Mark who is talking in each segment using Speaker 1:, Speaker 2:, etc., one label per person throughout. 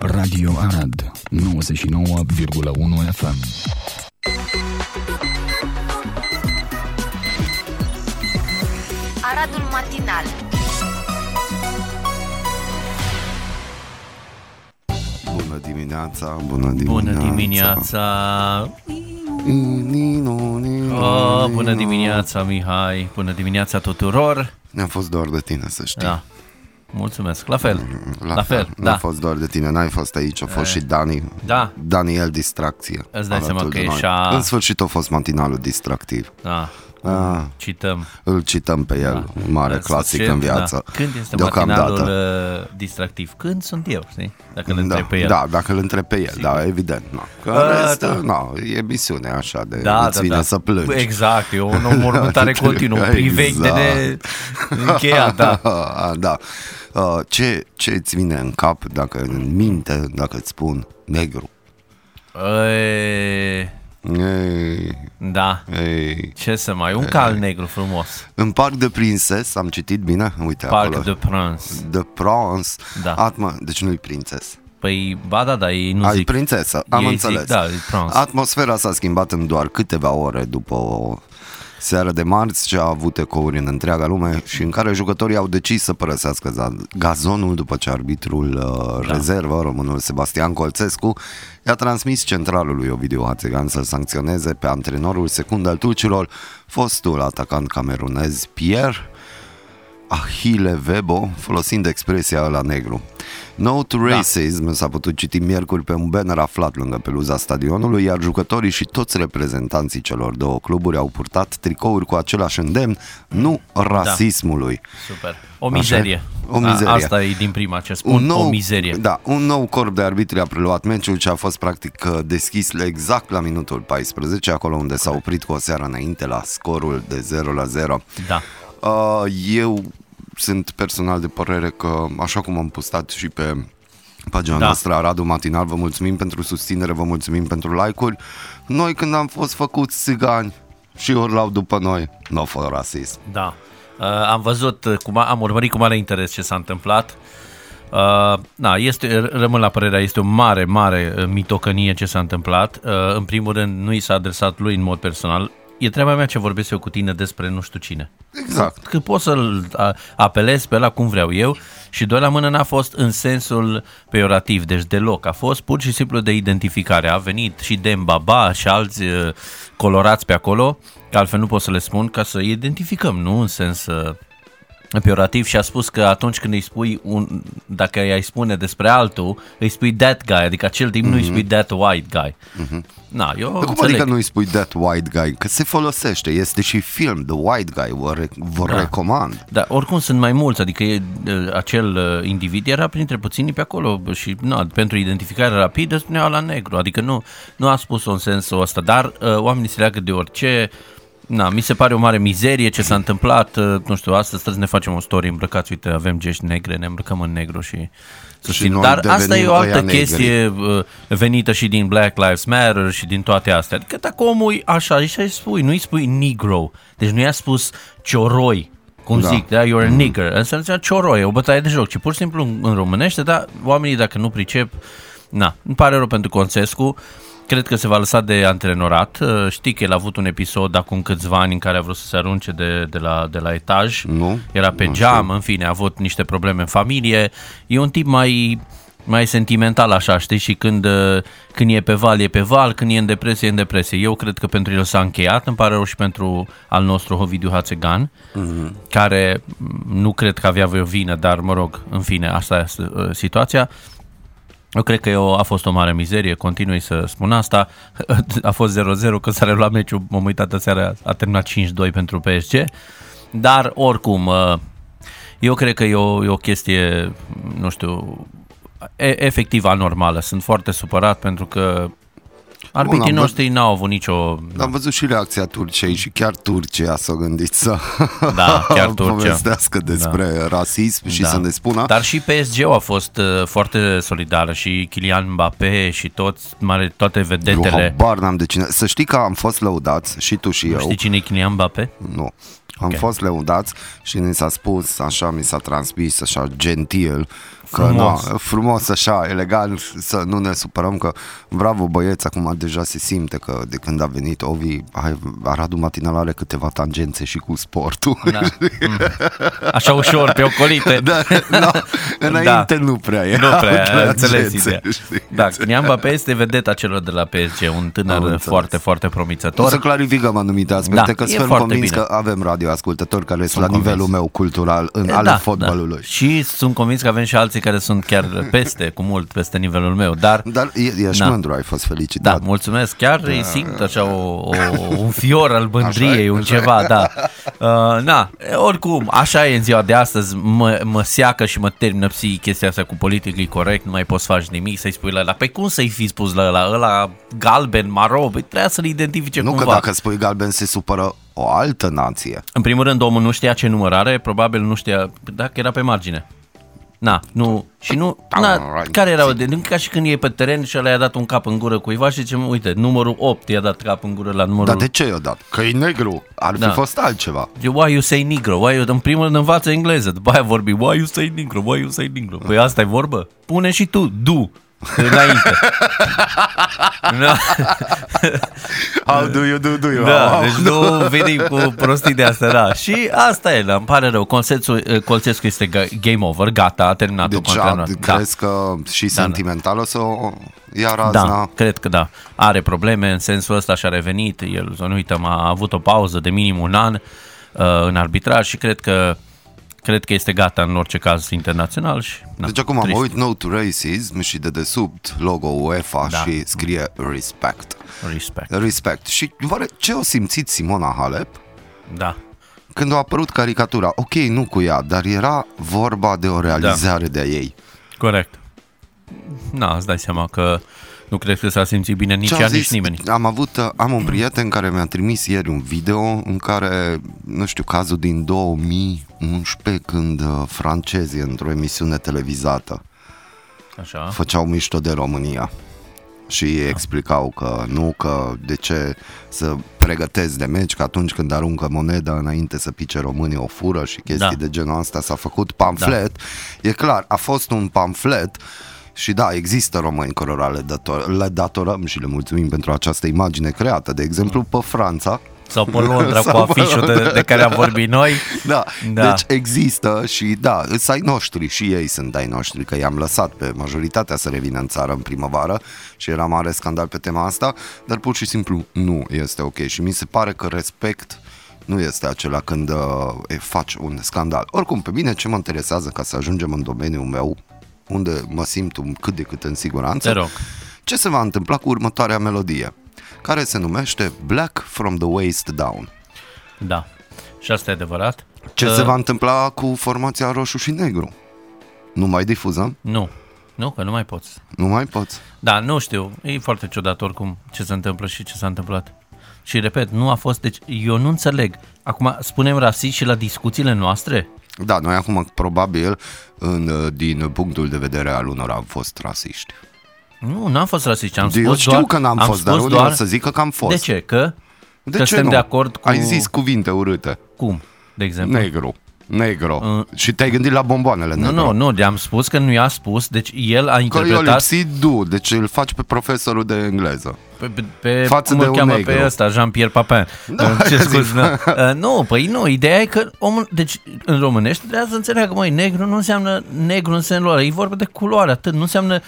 Speaker 1: Radio Arad 99,1 FM
Speaker 2: Aradul matinal
Speaker 3: Bună dimineața, bună dimineața.
Speaker 4: Bună dimineața!
Speaker 3: Nino, Nino,
Speaker 4: Oh, bună
Speaker 3: Nino.
Speaker 4: dimineața, Mihai! Bună dimineața tuturor!
Speaker 3: Ne-a fost doar de tine, să știi.
Speaker 4: Da, mulțumesc! La fel,
Speaker 3: Mm,
Speaker 4: la fel,
Speaker 3: Ne-a
Speaker 4: da. Eh,
Speaker 3: fost doar de tine, n-ai fost aici, a fost și Dani.
Speaker 4: Da.
Speaker 3: Daniel Distracție.
Speaker 4: Îți dai
Speaker 3: alături
Speaker 4: seama că
Speaker 3: de
Speaker 4: e
Speaker 3: noi.
Speaker 4: și-a-
Speaker 3: În sfârșit a fost matinalul distractiv.
Speaker 4: da.
Speaker 3: Ah,
Speaker 4: Cităm.
Speaker 3: îl cităm pe el, un mare
Speaker 4: Da. În
Speaker 3: clasic
Speaker 4: sfârșit,
Speaker 3: în viață.
Speaker 4: Da. Când este
Speaker 3: Deocamdată.
Speaker 4: matinalul uh, distractiv? Când sunt eu, știi? Dacă le
Speaker 3: da,
Speaker 4: întreb pe el.
Speaker 3: da, dacă îl întrebi pe el, da, evident. Na. Că
Speaker 4: Ah,
Speaker 3: rest,
Speaker 4: da.
Speaker 3: na, e misiune așa de
Speaker 4: Da,
Speaker 3: îți
Speaker 4: da,
Speaker 3: vine
Speaker 4: da.
Speaker 3: să plângi.
Speaker 4: Exact, e o mormântare continuă, un priveg de ne...
Speaker 3: Exact.
Speaker 4: încheiat, da.
Speaker 3: A, da. A, Ce, ce îți vine în cap, dacă în minte, dacă îți spun negru?
Speaker 4: E,
Speaker 3: Ei,
Speaker 4: da,
Speaker 3: ei.
Speaker 4: ce să mai, un cal negru frumos,
Speaker 3: În Parc de Princes, am citit bine? Uite
Speaker 4: Parc
Speaker 3: acolo.
Speaker 4: de Prince.
Speaker 3: de Provence.
Speaker 4: Da.
Speaker 3: Atma, deci nu-i prințes.
Speaker 4: Păi, ba da, da, ei nu
Speaker 3: Ai
Speaker 4: zic.
Speaker 3: prințesă, am
Speaker 4: Ei zic,
Speaker 3: înțeles.
Speaker 4: da, e Provence.
Speaker 3: Atmosfera s-a schimbat în doar câteva ore după o seară de marți ce a avut ecouri în întreaga lume și în care jucătorii au decis să părăsească za- gazonul după ce arbitrul
Speaker 4: Da.
Speaker 3: uh, rezervă, românul Sebastian Colțescu, i-a transmis centralului Ovidiu Hațegan să-l sancționeze pe antrenorul secund al turcilor, fostul atacant camerunez Pierre Achille Vebo, folosind expresia la negru. No to
Speaker 4: Da.
Speaker 3: Racism s-a putut citi miercuri pe un banner aflat lângă peluza stadionului, iar jucătorii și toți reprezentanții celor două cluburi au purtat tricouri cu același îndemn, nu
Speaker 4: Da.
Speaker 3: rasismului.
Speaker 4: Super. O mizerie.
Speaker 3: O mizerie.
Speaker 4: A, asta e din prima ce spun, o mizerie.
Speaker 3: Da, un nou corp de arbitri a preluat meciul ce a fost practic uh, deschis exact la minutul 14, acolo unde s-a oprit cu o seară înainte la scorul de 0 la 0.
Speaker 4: Da.
Speaker 3: Uh, Eu sunt personal de părere că, așa cum am postat și pe pagina da.
Speaker 4: Da.
Speaker 3: noastră Aradu Matinal, vă mulțumim pentru susținere, vă mulțumim pentru like-uri. Noi când am fost făcuți țigani și urlau după noi, nu a fost rasism.
Speaker 4: Da. Uh, am văzut, uh, cu ma- am urmărit cu mare interes ce s-a întâmplat. Uh, na, este, r- rămân la părerea, este o mare, mare uh, mitocănie ce s-a întâmplat. Uh, în primul rând, nu i s-a adresat lui în mod personal. E treaba mea ce vorbesc eu cu tine despre nu știu cine.
Speaker 3: Exact.
Speaker 4: că pot să-l a- apelez pe la cum vreau eu și doi la mână n-a fost în sensul peiorativ, deci deloc. A fost pur și simplu de identificare. A venit și Dembaba și alți uh, colorați pe acolo, că altfel nu pot să le spun, ca să identificăm, nu în sens uh, peorativ și a spus că atunci când îi spui un, dacă i-ai spune despre altul, îi spui that guy, adică acel timp mm-hmm. nu îi spui that white guy. Mm-hmm. Na, eu
Speaker 3: Mhm. Dar cum
Speaker 4: înțeleg.
Speaker 3: adică nu-i spui that white guy? Că se folosește, este și film, The White Guy, vă, re- vă da. recomand.
Speaker 4: Da, oricum sunt mai mulți, adică e, e, acel e, individ era printre puținii pe acolo și na, pentru identificare rapidă spunea la negru, adică nu, nu a spus-o în sensul ăsta, dar e, oamenii se leagă de orice, na, mi se pare o mare mizerie ce s-a întâmplat, e, nu știu, astăzi trebuie să ne facem o story îmbrăcați, uite, avem gești negre, ne îmbrăcăm în negru și... susțin.
Speaker 3: noi
Speaker 4: Dar asta e
Speaker 3: devenim
Speaker 4: o
Speaker 3: ăia
Speaker 4: altă
Speaker 3: negri.
Speaker 4: chestie e, venită și din Black Lives Matter și din toate astea. Adică dacă omul e așa, și îi spui, nu îi spui negro. Deci nu i-a spus cioroi, cum
Speaker 3: Da.
Speaker 4: da. zic, da, you're a nigger. Asta înseamnă cioroi, e o bătaie de joc, ci pur și simplu în- în românește, dar oamenii dacă nu pricep, na, îmi pare rău pentru Concescu, Cred că se va lăsa de antrenorat. E, Știi că el a avut un episod acum câțiva ani în care a vrut să se arunce de, de, la, de la etaj.
Speaker 3: Nu?
Speaker 4: Era pe geam, în fine, a avut niște probleme în familie. E un tip mai mai sentimental așa, știi, și când, uh, când e pe val, e pe val, când e în depresie, e în depresie. Eu cred că pentru el s-a încheiat, îmi pare rău și pentru al nostru Hovidiu Hațegan, mm-hmm. care m, nu cred că avea vreo vină, dar mă rog, în fine, asta e uh, situația. Eu cred că e o, a fost o mare mizerie, continui să spun asta. A fost 0-0 când s-a reluat meciul, m-am uitat aseară, a terminat 5-2 pentru PSG. Dar oricum, uh, eu cred că e o, e o chestie, nu știu, e, efectiv anormală. Sunt foarte supărat pentru că Arbitrii
Speaker 3: Bun, am
Speaker 4: noștri n-au avut nicio...
Speaker 3: Am văzut și reacția Turciei și chiar Turcia s-a gândit să
Speaker 4: Da, chiar Turcia.
Speaker 3: povestească despre da. rasism și da. să ne spună.
Speaker 4: Dar și PSG a fost uh, foarte solidară și Kylian Mbappé și toți, mare, toate
Speaker 3: Eu
Speaker 4: vedetele.
Speaker 3: habar n-am de cine. Să știi că am fost lăudați și tu și eu.
Speaker 4: Știi cine e Kylian Mbappé?
Speaker 3: Nu. Am okay. fost leudați și ni s-a spus, așa mi s-a transmis, așa gentil, că
Speaker 4: Frumos.
Speaker 3: Na, frumos, așa, elegant, să nu ne supărăm că bravo băieți, acum deja se simte că de când a venit Ovi, hai, Aradul Matinal are câteva tangențe și cu sportul.
Speaker 4: Da. Mm. Așa ușor, pe ocolite.
Speaker 3: Da, da, înainte da. nu prea era.
Speaker 4: Nu prea,
Speaker 3: tangențe,
Speaker 4: înțeles ideea.
Speaker 3: știi?
Speaker 4: Da, Kylian Mbappé este vedeta celor de la PSG, un
Speaker 3: Am
Speaker 4: tânăr
Speaker 3: înțeles.
Speaker 4: foarte, foarte
Speaker 3: O să
Speaker 4: promițător.
Speaker 3: clarificăm anumite aspecte, că
Speaker 4: Da, e
Speaker 3: sunt
Speaker 4: foarte
Speaker 3: convins
Speaker 4: bine.
Speaker 3: că avem radioascultători care sunt la
Speaker 4: convins. Da,
Speaker 3: nivelul meu cultural în al fotbalului.
Speaker 4: Și sunt convins că avem și alții care sunt chiar peste, cu mult peste nivelul meu, dar
Speaker 3: Dar e- ești
Speaker 4: Da.
Speaker 3: mândru, ai fost
Speaker 4: da,
Speaker 3: felicitat.
Speaker 4: mulțumesc, chiar îi simt așa o, o, un fior al
Speaker 3: Așa
Speaker 4: bândriei,
Speaker 3: e,
Speaker 4: un ceva, da. Uh, na, oricum, așa e în ziua de astăzi, mă, mă seacă și mă termină psi chestia asta cu politically corect, nu mai poți face nimic, să-i spui la ăla, pe cum să-i fi spus la ăla, ăla galben, maro, băi, trebuia să-l identifice
Speaker 3: Nu
Speaker 4: cumva.
Speaker 3: că dacă spui galben se supără o altă nație.
Speaker 4: În primul rând, omul nu știa ce număr are, probabil nu știa, dacă era pe margine. Na, nu, și nu, na, care erau, de, nu ca și când e pe teren și ăla i-a dat un cap în gură cuiva și zice, uite, numărul 8 i-a dat cap în gură la numărul...
Speaker 3: Dar Da, de ce i-o dat? Că e negru. Ar fi
Speaker 4: Da.
Speaker 3: fost altceva.
Speaker 4: Why you say negro? Why you... În primul rând învață engleză, după aia vorbi, why you say negro? Why you say negro? Păi asta e vorbă? Pune și tu, du, înainte. Na,
Speaker 3: How do you do, do you?
Speaker 4: da,
Speaker 3: How-
Speaker 4: deci nu venim cu prostii de astea, da. Și asta e, da, îmi pare rău. Colțețul, eh, Colțescu este ga- game over, gata, a terminat
Speaker 3: Deci a,
Speaker 4: contract. Da.
Speaker 3: crezi că și sentimental o să o ia razna?
Speaker 4: Da, cred că da. Are probleme în sensul ăsta și-a revenit. El, să nu uităm, a avut o pauză de minim un an uh, în arbitraj și cred că cred că este gata în orice caz internațional. Și, na,
Speaker 3: Deci acum mă
Speaker 4: Da. trist.
Speaker 3: uit No to Racism și de desubt logo UEFA
Speaker 4: Da.
Speaker 3: și scrie Respect.
Speaker 4: Respect.
Speaker 3: Respect. Și oare ce o simțit Simona Halep
Speaker 4: Da.
Speaker 3: când a apărut caricatura? Ok, nu cu ea, dar era vorba
Speaker 4: Da.
Speaker 3: de o realizare de a ei.
Speaker 4: Corect. Na, îți dai seama că nu cred că s-a simțit bine nici
Speaker 3: Ce-am
Speaker 4: ea, nici nimeni.
Speaker 3: Am avut, uh, am un prieten care mi-a trimis ieri un video în care, nu știu, cazul din 2011 când uh, francezii într-o emisiune televizată
Speaker 4: Așa.
Speaker 3: făceau mișto de România și ei explicau că nu, că de ce să pregătesc de meci, că atunci când aruncă moneda înainte să pice românii o fură și chestii
Speaker 4: Da.
Speaker 3: de genul ăsta s-a făcut pamflet. E clar, a fost un pamflet și da, există români cărora le, dator- le datorăm și le mulțumim pentru această imagine creată, de exemplu pe Franța.
Speaker 4: Sau pe Londra cu afișul de, de care am vorbit noi.
Speaker 3: Da,
Speaker 4: Da.
Speaker 3: da, deci există și da, îți ai noștri și ei sunt ai noștri, că i-am lăsat pe majoritatea să revină în țară în primăvară și era mare scandal pe tema asta, dar pur și simplu nu este ok și mi se pare că respect nu este acela când uh, e, faci un scandal. Oricum, pe mine ce mă interesează ca să ajungem în domeniul meu, unde mă simt un cât de cât în siguranță,
Speaker 4: Te rog.
Speaker 3: ce se va întâmpla cu următoarea melodie, care se numește Black from the Waist Down.
Speaker 4: Da. Și asta e adevărat.
Speaker 3: Ce
Speaker 4: Uh,
Speaker 3: se va întâmpla cu formația roșu și negru? Nu mai difuzăm?
Speaker 4: Nu. Nu, că nu mai poți.
Speaker 3: Nu mai poți?
Speaker 4: Da, nu știu. E foarte ciudat oricum ce se întâmplă și ce s-a întâmplat. Și repet, nu a fost, deci eu nu înțeleg. Acum spunem rasist și la discuțiile noastre?
Speaker 3: Da, noi acum probabil în, uh, din punctul de vedere al unor am fost rasiști.
Speaker 4: Nu, n-am fost rasist. Am
Speaker 3: Eu
Speaker 4: spus
Speaker 3: știu
Speaker 4: doar,
Speaker 3: că n-am
Speaker 4: am
Speaker 3: fost, dar
Speaker 4: spus
Speaker 3: unii
Speaker 4: doar...
Speaker 3: o să zică că am fost.
Speaker 4: De ce? Că?
Speaker 3: De
Speaker 4: că
Speaker 3: ce
Speaker 4: suntem
Speaker 3: nu?
Speaker 4: de acord cu...
Speaker 3: Ai zis cuvinte urâte.
Speaker 4: Cum, de exemplu?
Speaker 3: Negru. Negru. și te-ai gândit la bomboanele
Speaker 4: Nu,
Speaker 3: negru.
Speaker 4: nu, nu, i-am spus că nu i-a spus, deci el a
Speaker 3: Că eu
Speaker 4: interpretat
Speaker 3: lipsit du, deci îl faci pe profesorul de engleză.
Speaker 4: pe, pe, pe
Speaker 3: Față
Speaker 4: cum
Speaker 3: de
Speaker 4: îl
Speaker 3: un
Speaker 4: cheamă
Speaker 3: negru.
Speaker 4: pe ăsta, Jean-Pierre Papin. Da, ce scuze, da. Uh, nu, păi nu, ideea e că omul, deci în românești trebuie să înțeleagă, măi, negru nu înseamnă negru în sensul ăla, e vorba de culoare, atât, nu înseamnă,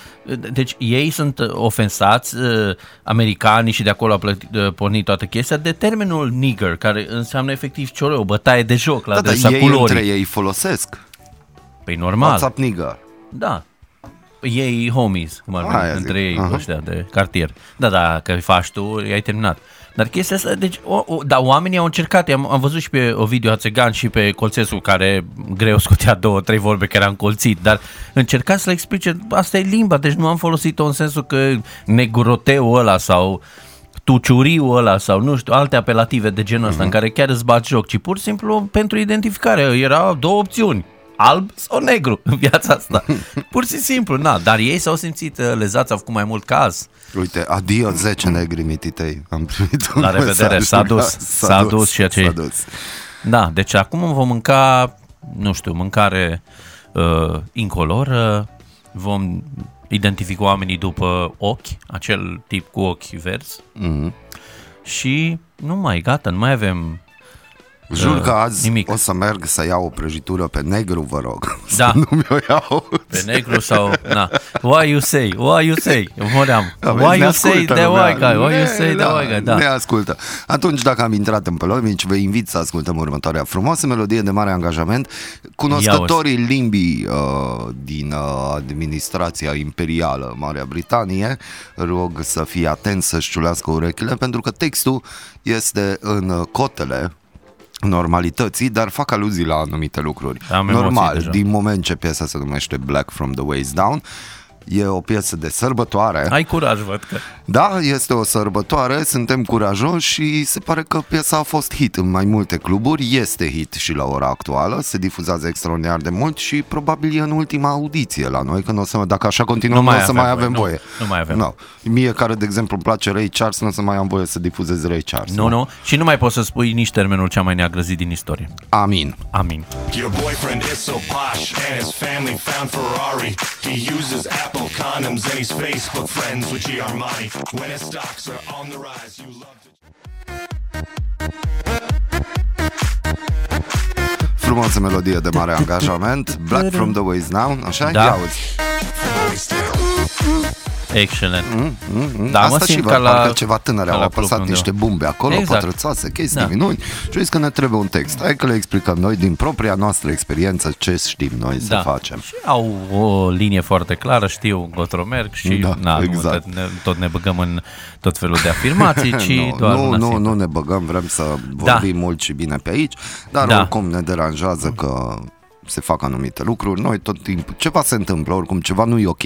Speaker 4: deci ei sunt ofensați, uh, americanii și de acolo a plătit, uh, pornit toată chestia, de termenul nigger, care înseamnă efectiv cioreu, bătaie de joc la
Speaker 3: Da, dar
Speaker 4: adresa
Speaker 3: ei
Speaker 4: culorii.
Speaker 3: între ei folosesc.
Speaker 4: Păi normal,
Speaker 3: WhatsApp nigger.
Speaker 4: da. Păi ei homies, cum ar
Speaker 3: Aia
Speaker 4: veni,
Speaker 3: zic,
Speaker 4: între ei,
Speaker 3: aha.
Speaker 4: ăștia de cartier. Da, da, că îi faci tu, ai terminat. Dar chestia asta, deci, o, o, dar oamenii au încercat, am, am văzut și pe Ovidiu Hațegan și pe Colțescu, care greu scotea două, trei vorbe care am colțit, dar încerca să le explice, asta e limba, deci nu am folosit-o în sensul că neguroteul ăla sau tuciuriu ăla sau nu știu, alte apelative de genul ăsta în care chiar îți bagi joc, ci pur și simplu pentru identificare. Erau două opțiuni, alb sau negru în viața asta. Pur și simplu, na, dar ei s-au simțit uh, lezați, au făcut mai mult caz.
Speaker 3: Uite, adio 10 negri mititei. Am primit un
Speaker 4: La revedere, ja,
Speaker 3: mesaj.
Speaker 4: s-a dus, s-a dus ceea ce-
Speaker 3: S-a dus.
Speaker 4: Da, deci acum vom mânca, nu știu, mâncare uh, incoloră, vom identifica oamenii după ochi, acel tip cu ochi verzi
Speaker 3: Mhm.
Speaker 4: și nu mai, gata, nu mai avem
Speaker 3: Jur că azi
Speaker 4: nimic.
Speaker 3: o să merg să iau o prăjitură pe negru, vă rog. Să
Speaker 4: Da.
Speaker 3: nu mi-o iau.
Speaker 4: Pe negru sau... Na. Why you say? Why you say? Moream.
Speaker 3: Da, vezi,
Speaker 4: Why
Speaker 3: ne
Speaker 4: you say
Speaker 3: ascultă
Speaker 4: the
Speaker 3: lumea.
Speaker 4: white guy? Why
Speaker 3: Ne-
Speaker 4: you say the white guy?
Speaker 3: Ne
Speaker 4: Da.
Speaker 3: ascultă. Atunci, dacă am intrat în polemici, vă invit să ascultăm următoarea frumoasă melodie de mare angajament. Cunoscătorii limbii uh, din uh, administrația imperială Marea Britanie rog să fie atenți să-și ciulească urechile, pentru că textul este în uh, cotele normalității, dar fac aluzii la anumite lucruri.
Speaker 4: Am emoții
Speaker 3: Normal,
Speaker 4: deja.
Speaker 3: din moment ce piesa se numește Black from the Waist Down, e o piesă de sărbătoare.
Speaker 4: Ai curaj, văd că.
Speaker 3: Da, este o sărbătoare, suntem curajoși și se pare că piesa a fost hit în mai multe cluburi, este hit și la ora actuală, se difuzează extraordinar de mult și probabil e în ultima audiție la noi, că nu o să, dacă așa continuăm,
Speaker 4: Nu
Speaker 3: nu,
Speaker 4: mai
Speaker 3: o să
Speaker 4: avem
Speaker 3: mai
Speaker 4: voie,
Speaker 3: avem
Speaker 4: nu,
Speaker 3: voie.
Speaker 4: nu mai avem.
Speaker 3: No. Mie care, de exemplu, îmi place Ray Charles, nu o să mai am voie să difuzez Ray Charles.
Speaker 4: Nu, nu. Și nu mai poți să spui nici termenul cea mai neagrăzit din istorie.
Speaker 3: Amin.
Speaker 4: Amin.
Speaker 2: Your boyfriend is so posh, and his family found Ferrari. He uses Apple condoms, and he's Facebook friends with G. Armani. When his stocks are on the rise, you love to.
Speaker 3: Frumoasă melodie de mare angajament, Black from the Waist Down, așa?
Speaker 4: Da.
Speaker 3: Ia uzi.
Speaker 4: Excelent. Da, mă
Speaker 3: Mm, Asta și
Speaker 4: simt
Speaker 3: vă,
Speaker 4: ca la...
Speaker 3: parcă ceva tânăre au
Speaker 4: ca la
Speaker 3: apăsat
Speaker 4: club
Speaker 3: niște bumbe acolo,
Speaker 4: Exact.
Speaker 3: exact. pătrățoase, chestii,
Speaker 4: Da.
Speaker 3: da. minuni și au zis că ne trebuie un text. Hai că le explicăm noi din propria noastră experiență ce știm noi
Speaker 4: da.
Speaker 3: să facem.
Speaker 4: Și au o linie foarte clară, știu încotro merg și
Speaker 3: Da,
Speaker 4: na, nu,
Speaker 3: exact.
Speaker 4: tot, ne, tot ne băgăm în tot felul de afirmații, ci
Speaker 3: nu,
Speaker 4: doar
Speaker 3: nu,
Speaker 4: una
Speaker 3: nu,
Speaker 4: simplă.
Speaker 3: nu ne băgăm, vrem să vorbim da. mult și bine pe aici, dar
Speaker 4: Da.
Speaker 3: da. oricum ne deranjează că se fac anumite lucruri, noi tot timpul, ceva se întâmplă, oricum ceva nu e ok.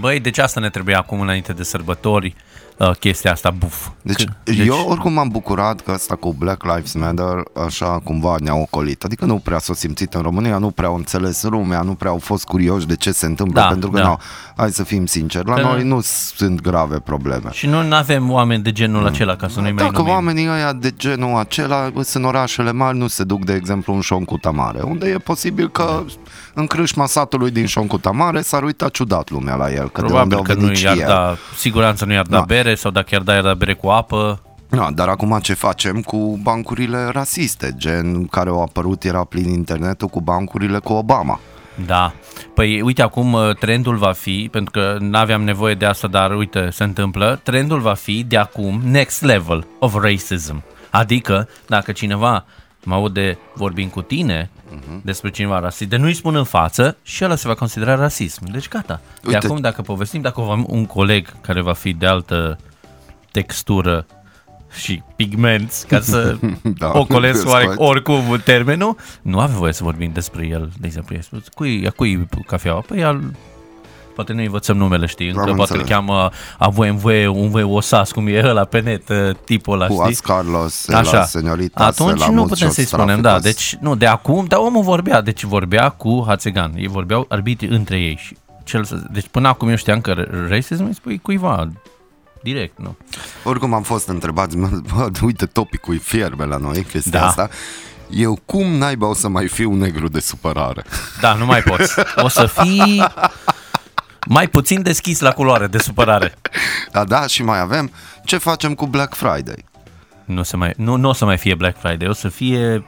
Speaker 4: Băi, deci asta ne trebuie acum înainte de sărbători, uh, chestia asta, buf.
Speaker 3: Deci,
Speaker 4: Că-
Speaker 3: deci eu oricum m-am bucurat că asta cu Black Lives Matter așa cumva ne-a ocolit. Adică nu prea s-a simțit în România, nu prea au înțeles lumea, nu prea au fost curioși de ce se întâmplă,
Speaker 4: Da,
Speaker 3: da, pentru că
Speaker 4: da.
Speaker 3: da. n-au, hai să fim sinceri, la
Speaker 4: Că-
Speaker 3: că... noi nu sunt grave probleme.
Speaker 4: Și nu avem oameni de genul acela ca să nu-i mai
Speaker 3: Dacă
Speaker 4: numim.
Speaker 3: Mm. Da, oamenii ăia de genul acela sunt în orașele mari, nu se duc, de exemplu, în Șoncuta Mare, unde e posibil că în crâșma satului din Șoncuta Mare s-ar uita ciudat lumea la el, că de unde
Speaker 4: Probabil
Speaker 3: au
Speaker 4: că
Speaker 3: venit
Speaker 4: nu
Speaker 3: și
Speaker 4: i-ar
Speaker 3: el.
Speaker 4: da, siguranță nu i-ar da
Speaker 3: Da.
Speaker 4: bere sau dacă i-ar da, i-ar da bere cu apă.
Speaker 3: Da, dar acum ce facem cu bancurile rasiste, gen care au apărut era plin internetul cu bancurile cu Obama.
Speaker 4: Da. Păi uite acum uh, trendul va fi, pentru că n-aveam nevoie de asta, dar uite, se întâmplă, trendul va fi de acum next level of racism. Adică dacă cineva mă aude vorbind cu tine
Speaker 3: Mhm.
Speaker 4: despre cineva rasist, de nu-i spun în față și ăla se va considera rasism. Deci gata. De
Speaker 3: Uite-
Speaker 4: acum dacă povestim, dacă avem un coleg care va fi de altă textură și pigmenți ca să da,
Speaker 3: Da,
Speaker 4: ocolesc
Speaker 3: scoți.
Speaker 4: oare, oricum termenul, nu avem voie să vorbim despre el, de exemplu, i-ai spus, cui, a cui cafeaua? Păi al Poate nu învățăm numele, știi, încă poate îl
Speaker 3: înțeles.
Speaker 4: cheamă AVMV, un voi osas, cum e ăla pe net, ă, tipul ăla,
Speaker 3: Cu
Speaker 4: știi?
Speaker 3: As Carlos, la
Speaker 4: Așa,
Speaker 3: seniorita,
Speaker 4: atunci
Speaker 3: la
Speaker 4: nu
Speaker 3: muchos
Speaker 4: putem să-i spunem, da,
Speaker 3: traficos.
Speaker 4: deci nu, de acum, dar omul vorbea, deci vorbea cu Hațegan, ei vorbeau arbitri între ei și cel, să- deci până acum eu știam că racism îi spui cuiva, direct, nu?
Speaker 3: Oricum am fost întrebați, mă, bă, uite topicul e fierbe la noi, chestia
Speaker 4: Da.
Speaker 3: asta. Eu cum naiba o să mai fiu negru de supărare?
Speaker 4: Da, nu mai poți. O să fii mai puțin deschis la culoare de supărare.
Speaker 3: Da, da, și mai avem, ce facem cu Black Friday?
Speaker 4: Nu, se mai, nu, nu o să mai fie Black Friday, o să fie...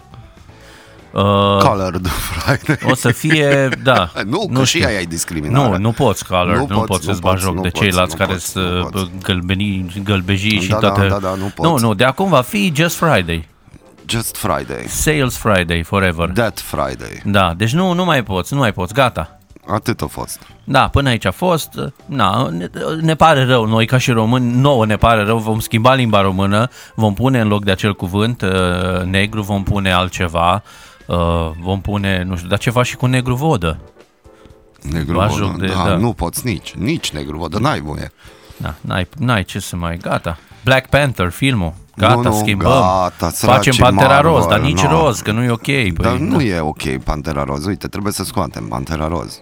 Speaker 4: Uh,
Speaker 3: Colored Friday.
Speaker 4: o să fie, da.
Speaker 3: Nu, că și
Speaker 4: știu.
Speaker 3: aia e discriminare.
Speaker 4: Nu, nu poți, Color,
Speaker 3: Nu
Speaker 4: nu, nu
Speaker 3: poți,
Speaker 4: poți
Speaker 3: nu
Speaker 4: să-ți bagi
Speaker 3: poți,
Speaker 4: joc
Speaker 3: nu
Speaker 4: de
Speaker 3: poți,
Speaker 4: ceilalți
Speaker 3: nu
Speaker 4: care
Speaker 3: poți,
Speaker 4: să
Speaker 3: nu poți.
Speaker 4: gălbeni, gălbeji și
Speaker 3: Da, da,
Speaker 4: toate...
Speaker 3: da, da, nu
Speaker 4: nu,
Speaker 3: poți.
Speaker 4: nu, de acum va fi Just Friday,
Speaker 3: Just Friday.
Speaker 4: Sales Friday Forever. Da,
Speaker 3: That Friday.
Speaker 4: da deci nu, nu mai poți, nu mai poți, gata.
Speaker 3: Atât a fost.
Speaker 4: Da, până aici a fost. Na, ne, ne pare rău, noi ca și români, nouă ne pare rău, vom schimba limba română, vom pune în loc de acel cuvânt uh, negru, vom pune altceva, uh, vom pune, nu știu, dar ceva și cu negru vodă.
Speaker 3: Negru
Speaker 4: Baș
Speaker 3: vodă,
Speaker 4: joc de-
Speaker 3: da,
Speaker 4: da.
Speaker 3: nu poți nici, nici negru vodă, n-ai voie.
Speaker 4: Na, n-ai, n-ai ce să mai, gata. Black Panther, filmul, gata,
Speaker 3: Nu, nu,
Speaker 4: schimbăm.
Speaker 3: gata,
Speaker 4: Facem
Speaker 3: săracii
Speaker 4: Pantera
Speaker 3: Marvel,
Speaker 4: roz, dar nici
Speaker 3: na.
Speaker 4: roz, că nu e ok. Păi,
Speaker 3: Dar nu
Speaker 4: na.
Speaker 3: e ok Pantera Roz, uite, trebuie să scoatem Pantera Roz.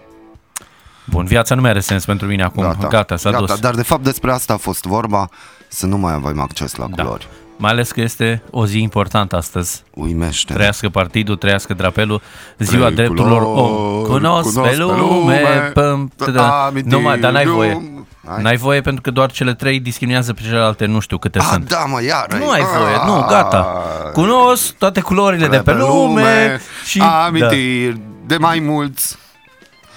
Speaker 4: Bun, viața nu mai are sens pentru mine acum. Gata, gata s-a dus.
Speaker 3: Dar de fapt despre asta a fost vorba, să nu mai avem acces la
Speaker 4: Da.
Speaker 3: culori.
Speaker 4: Mai ales că este o zi importantă astăzi.
Speaker 3: Uimește.
Speaker 4: Trăiască partidul, trăiască drapelul, ziua
Speaker 3: Trei
Speaker 4: drepturilor
Speaker 3: culori,
Speaker 4: om. Cunosc pe lume, păm,
Speaker 3: da,
Speaker 4: da.
Speaker 3: aminti
Speaker 4: numai, dar n-ai
Speaker 3: lume.
Speaker 4: voie.
Speaker 3: Hai.
Speaker 4: N-ai voie pentru că doar cele trei discriminează pe celelalte, nu știu câte
Speaker 3: A,
Speaker 4: sunt.
Speaker 3: da, mă, iar.
Speaker 4: Nu ai voie, nu, gata. Cunosc toate culorile de pe lume și da,
Speaker 3: amintiri de mai mulți.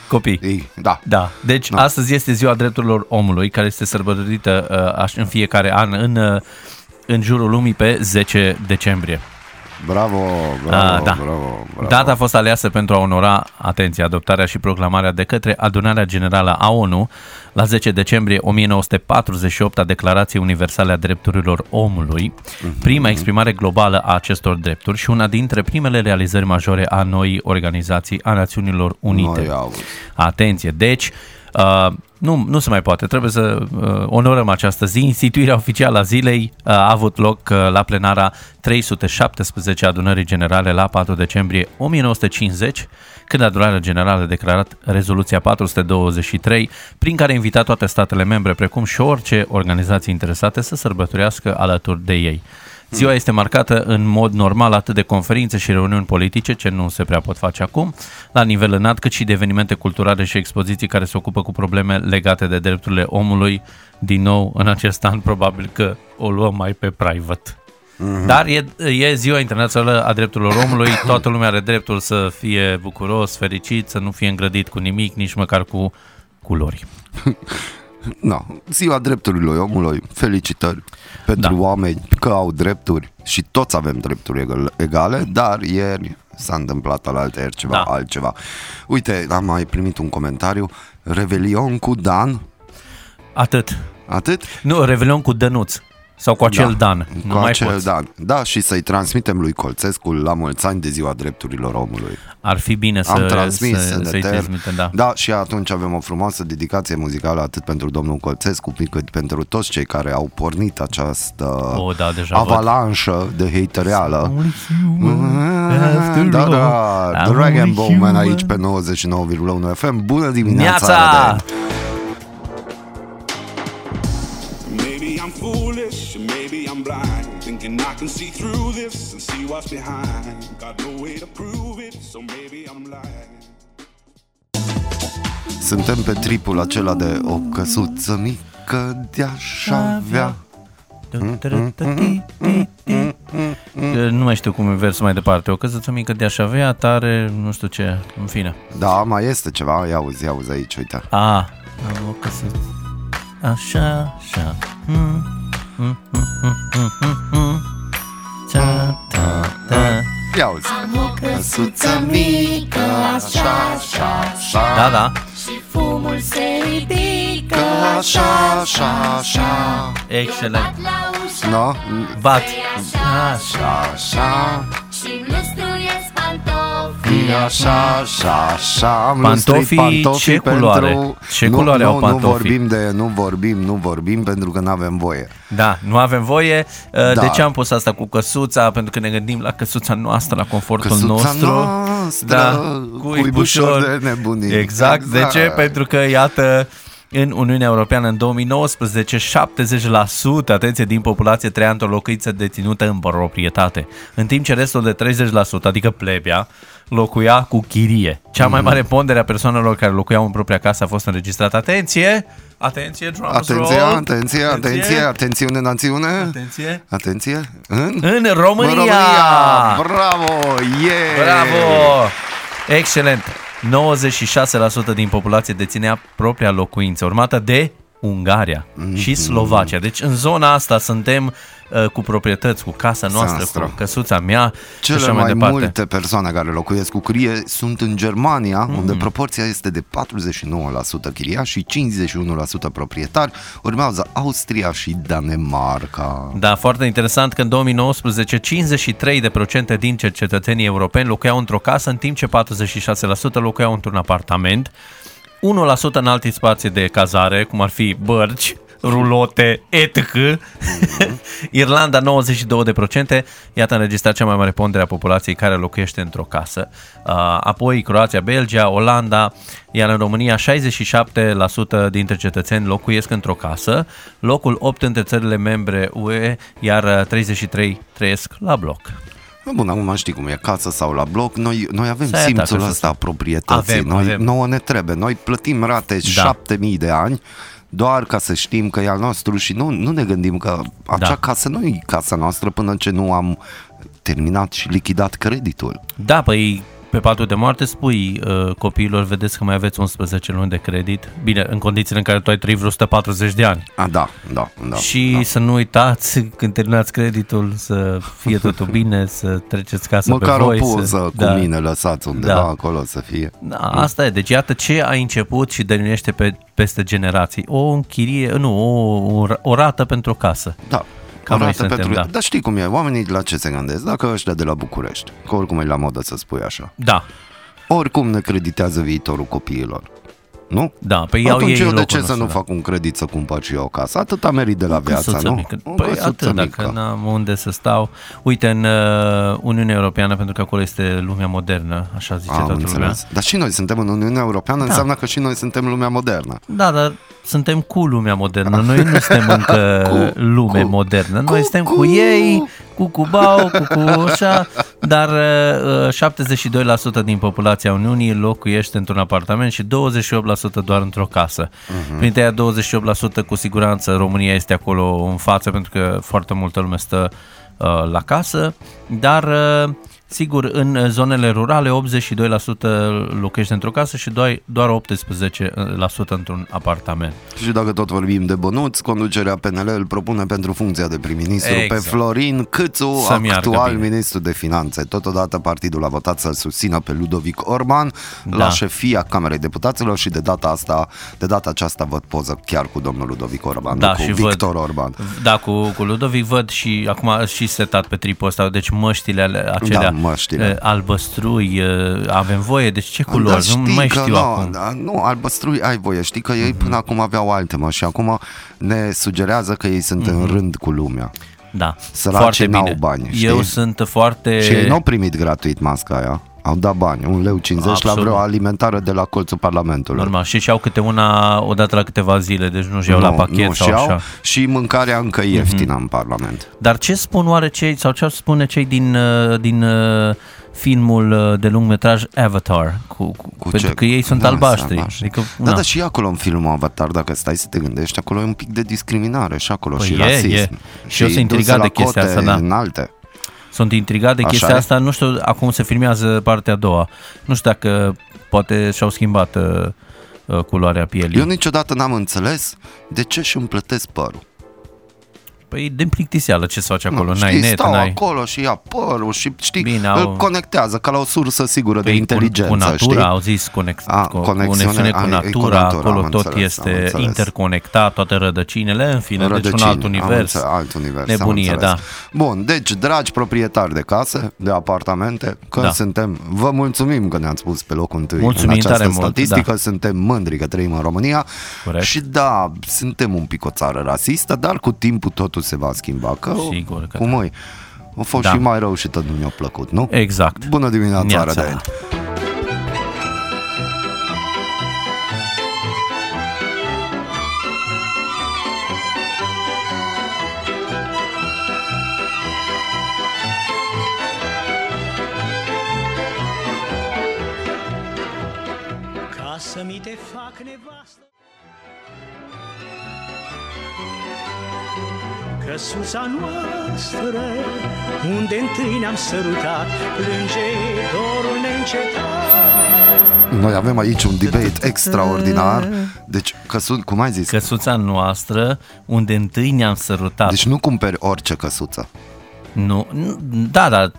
Speaker 4: copii.
Speaker 3: Ei, Da.
Speaker 4: Da, deci
Speaker 3: Da.
Speaker 4: da. astăzi este ziua drepturilor omului, care este sărbătorită uh, aș- în fiecare an în, uh, în jurul lumii pe 10 decembrie.
Speaker 3: Bravo, bravo,
Speaker 4: Ah, da.
Speaker 3: bravo, bravo.
Speaker 4: Data a fost aleasă pentru a onora, atenție, adoptarea și proclamarea de către Adunarea Generală a ONU la 10 decembrie 1948 a Declarației Universale a Drepturilor Omului, prima exprimare globală a acestor drepturi și una dintre primele realizări majore a noii organizații a Națiunilor Unite.
Speaker 3: Noi, auzi.
Speaker 4: Atenție, deci uh, nu, nu se mai poate, trebuie să uh, onorăm această zi. Instituirea oficială a zilei uh, a avut loc uh, la plenara 317 a adunării generale la 4 decembrie 1950, când adunarea generală a declarat rezoluția 423, prin care invita toate statele membre, precum și orice organizații interesate, să sărbătorească alături de ei. Ziua este marcată în mod normal atât de conferințe și reuniuni politice, ce nu se prea pot face acum, la nivel înalt, cât și de evenimente culturale și expoziții care se ocupă cu probleme legate de drepturile omului. Din nou, în acest an, probabil că o luăm mai pe private.
Speaker 3: Mhm.
Speaker 4: Dar e, e ziua internațională a drepturilor omului, toată lumea are dreptul să fie bucuros, fericit, să nu fie îngrădit cu nimic, nici măcar cu culori.
Speaker 3: Da. Ziua drepturilor omului, felicitări pentru
Speaker 4: Da.
Speaker 3: oameni că au drepturi și toți avem drepturi egal- egale, dar ieri s-a întâmplat alaltă ceva,
Speaker 4: Da.
Speaker 3: altceva. Uite, am mai primit un comentariu, Revelion cu Dan,
Speaker 4: Atât.
Speaker 3: atât?
Speaker 4: Nu, revelion cu Dănuț sau cu acel Dan.
Speaker 3: Da. Cu
Speaker 4: nu mai
Speaker 3: acel
Speaker 4: poți.
Speaker 3: Dan. Da, și să-i transmitem lui Colțescu la mulți ani de ziua drepturilor omului.
Speaker 4: Ar fi bine să,
Speaker 3: Am transmis
Speaker 4: să,
Speaker 3: în
Speaker 4: să-i
Speaker 3: etern.
Speaker 4: transmitem, da.
Speaker 3: da, și atunci avem o frumoasă dedicație muzicală atât pentru domnul Colțescu, cât pentru toți cei care au pornit această
Speaker 4: Oh, da, deja văd.
Speaker 3: avalanșă de hatereală. Da, da,
Speaker 4: I'm
Speaker 3: Dragon
Speaker 4: only
Speaker 3: Bowman
Speaker 4: human.
Speaker 3: aici pe 99,1 FM. Bună dimineața!
Speaker 4: Neața!
Speaker 3: Ardeal!
Speaker 5: Maybe I'm foolish, and maybe I'm blind, thinking I can see through this and see what's behind. Got no way to prove it, so maybe I'm lying.
Speaker 3: Suntem pe tripul acela de o căsuță mică de-aș avea.
Speaker 4: Că Nu mai știu cum e versul mai departe. O căsăță mică de aș avea, tare, nu știu ce, în fine.
Speaker 3: Da, mai este ceva, ia auzi, ia auzi aici, uite.
Speaker 4: A, am o căsăță. Așa, așa. Mm, mm, mm, mm, mm, mm, mm. Ta, ta, ta.
Speaker 3: Ia auzi. Căsuță mică, așa, așa, așa.
Speaker 4: Da, da.
Speaker 6: Fumul se ridică
Speaker 3: Așa, așa, așa.
Speaker 4: Excelent.
Speaker 6: la ușă
Speaker 3: No?
Speaker 4: Bat.
Speaker 3: Așa, așa.
Speaker 6: și lustruiesc pantofii
Speaker 3: Așa, așa, așa, am
Speaker 4: Pantofii,
Speaker 3: lustrit pantofii
Speaker 4: ce culoare?
Speaker 3: pentru...
Speaker 4: Ce culoare
Speaker 3: nu,
Speaker 4: au
Speaker 3: nu, nu
Speaker 4: pantofii?
Speaker 3: vorbim de, nu vorbim, nu vorbim pentru că nu avem voie.
Speaker 4: Da, nu avem voie. Da.
Speaker 3: Da.
Speaker 4: De ce am pus asta cu căsuța? Pentru că ne gândim la căsuța noastră, la confortul
Speaker 3: Căsuța
Speaker 4: nostru. Da,
Speaker 3: noastră, cuibușor de nebunii.
Speaker 4: Exact. exact. De ce?
Speaker 3: Exact.
Speaker 4: Pentru că, iată, în Uniunea Europeană, în 2019, 70% atenție din populație trăia într-o locuință deținută în proprietate, în timp ce restul de 30%, adică plebia, locuia cu chirie. Cea
Speaker 3: Mhm.
Speaker 4: mai mare pondere a persoanelor care locuiau în propria casă a fost înregistrată. Atenție! Atenție, drums
Speaker 3: Atenție,
Speaker 4: roll!
Speaker 3: atenție, atenție, atențiune, națiune.
Speaker 4: Atenție.
Speaker 3: Atenție. În?
Speaker 4: În România!
Speaker 3: România! Bravo! Yeah!
Speaker 4: Bravo! Excelent! 96% din populație deținea propria locuință, urmată de Ungaria
Speaker 3: Mhm.
Speaker 4: și Slovacia. Deci în zona asta suntem uh, cu proprietăți, cu casa noastră,
Speaker 3: Noastră.
Speaker 4: cu căsuța mea și
Speaker 3: Cele
Speaker 4: așa
Speaker 3: mai,
Speaker 4: mai, departe.
Speaker 3: multe persoane care locuiesc cu chirie sunt în Germania,
Speaker 4: Mhm.
Speaker 3: unde proporția este de 49% chiria și 51% proprietari. Urmează Austria și Danemarca.
Speaker 4: Da, foarte interesant că în 2019 53% din cetățenii europeni locuiau într-o casă, în timp ce 46% locuiau într-un apartament, 1% în alte spații de cazare, cum ar fi bărci, rulote, etc. Irlanda 92%, iată înregistrat cea mai mare pondere a populației care locuiește într-o casă. Uh, Apoi Croația, Belgia, Olanda, iar în România 67% dintre cetățeni locuiesc într-o casă, locul 8 între țările membre UE, iar uh, 33 trăiesc la bloc.
Speaker 3: Bun, acum știi cum e, casă sau la bloc, noi, noi avem
Speaker 4: Stai,
Speaker 3: simțul
Speaker 4: dacă să-
Speaker 3: ăsta a proprietății,
Speaker 4: Avem,
Speaker 3: noi,
Speaker 4: avem.
Speaker 3: nouă ne trebuie, noi plătim rate
Speaker 4: Da.
Speaker 3: 7000 de ani doar ca să știm că e al nostru și nu, nu ne gândim că acea
Speaker 4: Da.
Speaker 3: casă nu e casa noastră până ce nu am terminat și lichidat creditul.
Speaker 4: Da, păi pe patul de moarte spui uh, copiilor, vedeți că mai aveți 11 luni de credit, bine, în condițiile în care tu ai trăit vreo 140 de ani.
Speaker 3: A, da, da, da.
Speaker 4: și să nu uitați când terminați creditul să fie totul bine, să treceți casa
Speaker 3: Măcar
Speaker 4: pe voi.
Speaker 3: o poză
Speaker 4: să...
Speaker 3: cu mine lăsați undeva
Speaker 4: Da.
Speaker 3: acolo să fie.
Speaker 4: Da, asta e. Deci iată ce a început și dăruiește pe, peste generații. O închirie, nu, o, o, o rată pentru o casă.
Speaker 3: Da.
Speaker 4: Cam
Speaker 3: Arată
Speaker 4: noi suntem, da.
Speaker 3: Dar știi cum e, oamenii la ce se gândesc? Dacă ăștia de la București, că oricum e la modă să spui așa,
Speaker 4: Da,
Speaker 3: oricum ne creditează viitorul copiilor. Nu?
Speaker 4: da, pe iau
Speaker 3: Atunci
Speaker 4: ei
Speaker 3: eu
Speaker 4: în
Speaker 3: de
Speaker 4: locul
Speaker 3: ce să nu
Speaker 4: nostru, da.
Speaker 3: fac un credit să cumpăr și eu o casă? Atâta merit de la viața,
Speaker 4: Căsuță
Speaker 3: nu?
Speaker 4: mică.
Speaker 3: O
Speaker 4: Păi
Speaker 3: căsuță
Speaker 4: atât,
Speaker 3: mică.
Speaker 4: dacă n-am unde să stau. Uite, în uh, Uniunea Europeană, pentru că acolo este lumea modernă, așa zice
Speaker 3: Am
Speaker 4: toată lumea.
Speaker 3: înțeles. Dar și noi suntem în Uniunea Europeană, înseamnă că și noi suntem lumea modernă.
Speaker 4: Da, dar suntem cu lumea modernă. Noi nu suntem încă
Speaker 3: Cu,
Speaker 4: lume
Speaker 3: cu,
Speaker 4: modernă. Noi
Speaker 3: cu,
Speaker 4: suntem
Speaker 3: cu.
Speaker 4: cu ei, cu cubau, cu cu așa, dar uh, 72% din populația Uniunii locuiește într-un apartament și 28% doar într-o casă. Printre aia 28% cu siguranță România este acolo în față pentru că foarte multă lume stă uh, la casă, dar uh, sigur în uh, zonele rurale 82% locuiește într-o casă și doar, doar 18% într-un apartament.
Speaker 3: Și dacă tot vorbim de bănuți, conducerea PNL îl propune pentru funcția de prim-ministru
Speaker 4: Exact.
Speaker 3: pe Florin Câțu,
Speaker 4: Să meargă
Speaker 3: actual
Speaker 4: bine.
Speaker 3: ministru de finanțe. Totodată partidul a votat să-l susțină pe Ludovic Orman la
Speaker 4: Da.
Speaker 3: șefia Camerei Deputaților și de data asta, de data aceasta văd poză chiar cu domnul Ludovic Orban, nu cu Victor Orban.
Speaker 4: Da, cu, cu Ludovic văd și acum și setat pe tripul ăsta, deci măștile ale acelea
Speaker 3: Da, măștile. Da,
Speaker 4: eh, albăstrui, eh, avem voie, deci ce culori,
Speaker 3: știi
Speaker 4: nu mai
Speaker 3: că
Speaker 4: știu
Speaker 3: nu,
Speaker 4: acum. Mhm.
Speaker 3: da, Nu, albăstrui ai voie, știi că ei până acum aveau alte mă și acum ne sugerează că ei sunt
Speaker 4: Mhm.
Speaker 3: în rând cu lumea.
Speaker 4: Da,
Speaker 3: Săracii
Speaker 4: foarte
Speaker 3: n-au
Speaker 4: bine.
Speaker 3: bani, știi?
Speaker 4: Eu sunt foarte...
Speaker 3: Și ei n-au primit gratuit masca aia. Au dat bani, un leu 50 la
Speaker 4: Absolut.
Speaker 3: vreo alimentară de la colțul Parlamentului.
Speaker 4: Normal, și și-au câte una odată la câteva zile, deci nu-și iau la
Speaker 3: Nu,
Speaker 4: pachet
Speaker 3: nu,
Speaker 4: sau
Speaker 3: și-au
Speaker 4: așa. Mhm.
Speaker 3: Și mâncarea încă ieftină în Parlament.
Speaker 4: Dar ce spun oare cei, sau ce spune cei din, uh, din uh, filmul uh, de lungmetraj Avatar? Cu, cu,
Speaker 3: Cu
Speaker 4: pentru
Speaker 3: ce?
Speaker 4: că ei sunt
Speaker 3: Da,
Speaker 4: albaștri.
Speaker 3: albaștri.
Speaker 4: Adică,
Speaker 3: Da,
Speaker 4: na.
Speaker 3: dar și acolo în filmul Avatar, dacă stai să te gândești, acolo e un pic de discriminare și acolo
Speaker 4: Păi
Speaker 3: și
Speaker 4: e,
Speaker 3: rasism.
Speaker 4: e. Și eu sunt intrigat
Speaker 3: duse la
Speaker 4: de chestia
Speaker 3: cote
Speaker 4: asta, da.
Speaker 3: Înalte.
Speaker 4: Sunt intrigat de
Speaker 3: Așa
Speaker 4: chestia
Speaker 3: e?
Speaker 4: asta, nu știu, acum se filmează partea a doua. Nu știu dacă poate și-au schimbat uh, uh, culoarea pielii.
Speaker 3: Eu niciodată n-am înțeles de ce și îmi plătesc părul.
Speaker 4: Păi din plictiseală ce să faci acolo,
Speaker 3: Nu,
Speaker 4: n-ai
Speaker 3: știi,
Speaker 4: net,
Speaker 3: stau
Speaker 4: n-ai...
Speaker 3: acolo și ia părul și știi,
Speaker 4: Bine,
Speaker 3: îl
Speaker 4: au-
Speaker 3: conectează ca la o sursă sigură de
Speaker 4: Păi, cu-
Speaker 3: inteligență,
Speaker 4: cu natura,
Speaker 3: știi?
Speaker 4: au zis conex,
Speaker 3: A,
Speaker 4: a, co-
Speaker 3: conexiune,
Speaker 4: conexiune
Speaker 3: a, e cu
Speaker 4: cu natura,
Speaker 3: natura,
Speaker 4: acolo
Speaker 3: am
Speaker 4: tot
Speaker 3: înțeles, am
Speaker 4: este
Speaker 3: înțeles.
Speaker 4: interconectat, toate rădăcinile, în fine, deci un alt
Speaker 3: Rădăcini, am
Speaker 4: univers.
Speaker 3: înțe- alt univers am
Speaker 4: Nebunie,
Speaker 3: înțeles.
Speaker 4: da.
Speaker 3: Bun, deci, dragi proprietari de case, de apartamente, că da.
Speaker 4: Da.
Speaker 3: suntem, vă mulțumim că ne-ați pus pe locul întâi
Speaker 4: Mulțumim
Speaker 3: în această
Speaker 4: tare mult,
Speaker 3: statistică,
Speaker 4: da.
Speaker 3: suntem mândri că trăim în România
Speaker 4: Corect.
Speaker 3: și da, suntem un pic o țară rasistă, dar cu timpul totul se va schimba, că
Speaker 4: Sigur că
Speaker 3: cum da. a fost
Speaker 4: Da.
Speaker 3: și mai rău și tot nu ne-a plăcut, nu?
Speaker 4: Exact.
Speaker 3: Bună dimineața,
Speaker 4: Neața.
Speaker 3: Arădeni!
Speaker 7: Ca să mi te fac nevastă Căsuța noastră Unde întâi ne-am sărutat Plânge dorul neîncetat
Speaker 3: Noi avem aici un debate extraordinar. Deci, căsu- cum ai zis?
Speaker 4: Căsuța noastră, unde întâi ne-am sărutat.
Speaker 3: Deci nu cumperi orice căsuță.
Speaker 4: Nu, nu- da, da,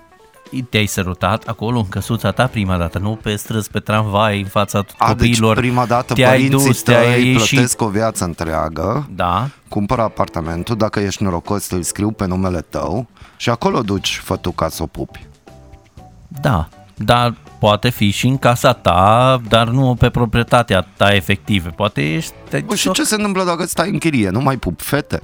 Speaker 4: te-ai sărutat acolo în căsuța ta prima dată, nu pe străzi, pe tramvai, în fața
Speaker 3: A, deci
Speaker 4: copiilor.
Speaker 3: prima dată
Speaker 4: te-ai
Speaker 3: părinții
Speaker 4: dus,
Speaker 3: tăi
Speaker 4: te-ai ieșit.
Speaker 3: plătesc o viață întreagă,
Speaker 4: Da,
Speaker 3: cumpără apartamentul, dacă ești norocos îl scriu pe numele tău și acolo duci fătuca să o pupi.
Speaker 4: da, dar poate fi și în casa ta, dar nu pe proprietatea ta efectivă. Poate ești... Te,
Speaker 3: Bă, Păi și ce se întâmplă dacă stai în chirie? Nu mai pup fete?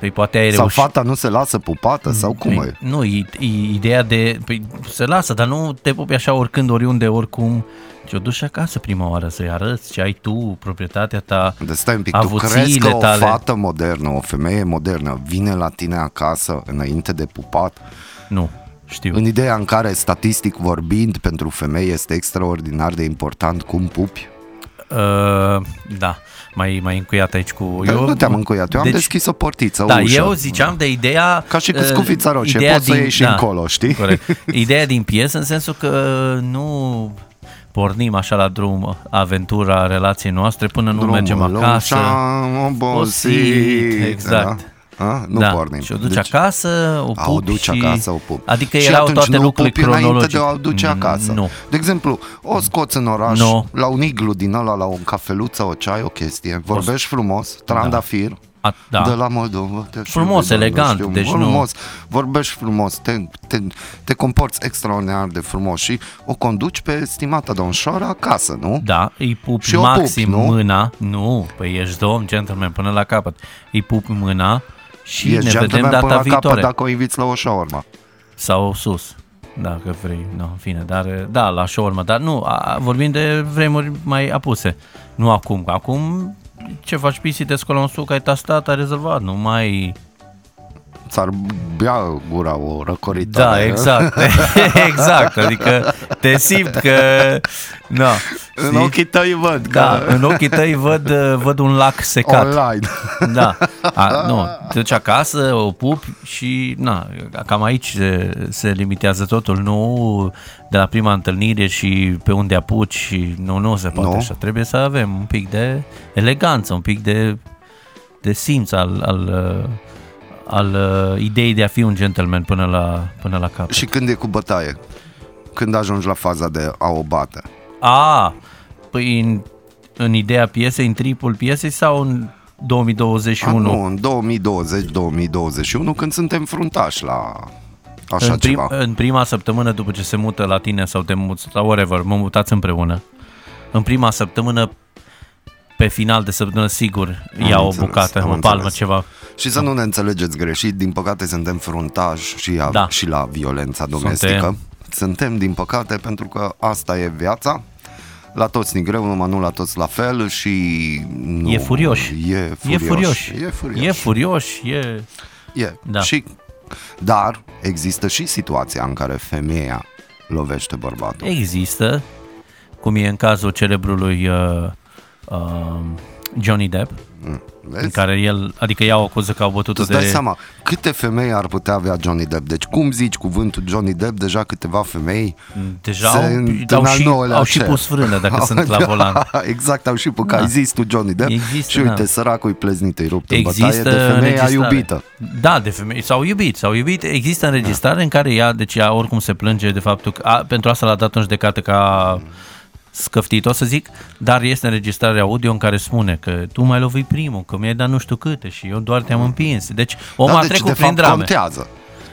Speaker 4: Păi poate ai
Speaker 3: Sau
Speaker 4: reușit.
Speaker 3: fata nu se lasă pupată? Sau cum
Speaker 4: Păi,
Speaker 3: e?
Speaker 4: nu, i- i- ideea de... Păi, se lasă, dar nu te pupi așa oricând, oriunde, oricum. Ți-o duci acasă prima oară să-i arăți ce ai tu, proprietatea ta,
Speaker 3: De Deci stai un pic, tu
Speaker 4: avuțiile
Speaker 3: crezi că o
Speaker 4: tale.
Speaker 3: fată modernă, o femeie modernă vine la tine acasă înainte de pupat?
Speaker 4: Nu, știu.
Speaker 3: În ideea în care, statistic vorbind, pentru femei este extraordinar de important cum pupi?
Speaker 4: Uh, da, mai, mai încuiat aici cu...
Speaker 3: Eu, Da, nu te-am încuiat, eu am deschis o portiță, o
Speaker 4: Deci Da,
Speaker 3: ușă.
Speaker 4: eu ziceam de ideea...
Speaker 3: Ca și cu
Speaker 4: uh,
Speaker 3: scufița roșie,
Speaker 4: ideea da,
Speaker 3: poți să ieși încolo, știi?
Speaker 4: Corect. Ideea din piesă în sensul că nu pornim așa la drum aventura relației noastre până nu mergem
Speaker 3: Drumul lung
Speaker 4: acasă.
Speaker 3: și-am obosit.
Speaker 4: Obosit, exact.
Speaker 3: Da? A? Nu
Speaker 4: da.
Speaker 3: pornim.
Speaker 4: Și o duci deci, acasă, o pup
Speaker 3: a, o duci
Speaker 4: și...
Speaker 3: acasă, o pup.
Speaker 4: Adică
Speaker 3: și
Speaker 4: erau
Speaker 3: atunci
Speaker 4: toate
Speaker 3: nu
Speaker 4: lucrurile
Speaker 3: pupi înainte de
Speaker 4: cronologice.
Speaker 3: a o duce acasă.
Speaker 4: Nu.
Speaker 3: De exemplu, o scoți în oraș,
Speaker 4: Nu.
Speaker 3: la un iglu din ăla, la un cafeluță, o ceai, o chestie, vorbești frumos, trandafir,
Speaker 4: A, da.
Speaker 3: De la Moldova. Te știu,
Speaker 4: Frumos,
Speaker 3: da, da,
Speaker 4: elegant,
Speaker 3: știu,
Speaker 4: deci nu-
Speaker 3: frumos, Vorbești frumos, te, te, te comporți extraordinar de frumos și o conduci pe stimata domnșoară acasă, nu?
Speaker 4: Da, îi pup
Speaker 3: Și o pupi,
Speaker 4: maxim
Speaker 3: nu?
Speaker 4: mâna. Nu, păi ești domn, gentleman, până la capăt. Îi pup mâna și
Speaker 3: Ești
Speaker 4: ne vedem
Speaker 3: gentleman până
Speaker 4: data
Speaker 3: la capăt da.
Speaker 4: viitoare.
Speaker 3: dacă o inviți la o șaorma.
Speaker 4: Sau sus, dacă vrei. No, în fine, dar da, la urmă. Dar nu, a, vorbim de vremuri mai apuse. Nu acum. Acum ce faci pisi, te scoală un suc, ai tastat, ai rezolvat, nu mai...
Speaker 3: Ți-ar bea gura o răcoritoare.
Speaker 4: Da,
Speaker 3: eh?
Speaker 4: exact, exact, adică te simt că, no,
Speaker 3: În ochii tăi văd
Speaker 4: da,
Speaker 3: că...
Speaker 4: în ochii tăi văd, văd un lac secat.
Speaker 3: Online.
Speaker 4: Da, A, nu, te duci acasă, o pup și na, cam aici se, se limitează totul, nu de la prima întâlnire și pe unde apuci, și nu, nu se poate
Speaker 3: Nu.
Speaker 4: așa, trebuie să avem un pic de eleganță, un pic de, de simț al, al, uh, al uh, ideii de a fi un gentleman până la, până la cap.
Speaker 3: și când e cu bătaie? Când ajungi la faza de a o bate?
Speaker 4: A, păi în, în ideea piesei, în tripul piesei sau în
Speaker 3: A,
Speaker 4: 2021?
Speaker 3: Ah, nu, în 2020-2021, când suntem fruntași la așa
Speaker 4: în, prim,
Speaker 3: ceva.
Speaker 4: în prima săptămână după ce se mută la tine sau te muți sau whatever, mă mutați împreună. În prima săptămână pe final de săptămână sigur
Speaker 3: Am
Speaker 4: ia o
Speaker 3: înțeles,
Speaker 4: bucată,
Speaker 3: am
Speaker 4: o
Speaker 3: înțeles.
Speaker 4: palmă ceva.
Speaker 3: Și să nu ne înțelegeți greșit, din păcate suntem fruntași și, a,
Speaker 4: Da.
Speaker 3: și la violența domestică. Suntem.
Speaker 4: Suntem.
Speaker 3: suntem, din păcate, pentru că asta e viața. La toți ni greu, numai nu la toți la fel și... Nu,
Speaker 4: e furioș.
Speaker 3: E furioș.
Speaker 4: E furioș.
Speaker 3: E furioș.
Speaker 4: E furioș. E...
Speaker 3: E.
Speaker 4: Da.
Speaker 3: Și, dar există și situația în care femeia lovește bărbatul.
Speaker 4: Există, cum e în cazul celebrului uh, uh, Johnny Depp,
Speaker 3: Vezi?
Speaker 4: în care el, adică ia o acuză că au bătut-o
Speaker 3: Îți dai
Speaker 4: de...
Speaker 3: seama câte femei ar putea avea Johnny Depp. Deci cum zici cuvântul Johnny Depp, deja câteva femei
Speaker 4: Deja
Speaker 3: se-
Speaker 4: au,
Speaker 3: în-
Speaker 4: au,
Speaker 3: în al
Speaker 4: și,
Speaker 3: nouălea
Speaker 4: au și
Speaker 3: cer.
Speaker 4: pus frână dacă sunt la
Speaker 3: Da,
Speaker 4: volan.
Speaker 3: exact, au și pe da.
Speaker 4: Da.
Speaker 3: ai zis tu Johnny Depp
Speaker 4: Există,
Speaker 3: și uite,
Speaker 4: da.
Speaker 3: săracul e pleznit, îi rupt în
Speaker 4: Există
Speaker 3: bătaie de femeia
Speaker 4: înregistrare.
Speaker 3: iubită.
Speaker 4: Da, de femei. S-au iubit, s-au iubit. Există înregistrare în care ea, deci ea oricum se plânge de faptul că a, pentru asta l-a dat în judecată ca scăftit, o să zic, dar este înregistrare audio în care spune că tu mai lovit primul, că mi-ai dat nu știu câte și eu doar te-am împins. Deci omul
Speaker 3: da,
Speaker 4: a
Speaker 3: deci,
Speaker 4: trecut
Speaker 3: de
Speaker 4: prin
Speaker 3: fapt,
Speaker 4: drame.
Speaker 3: contează.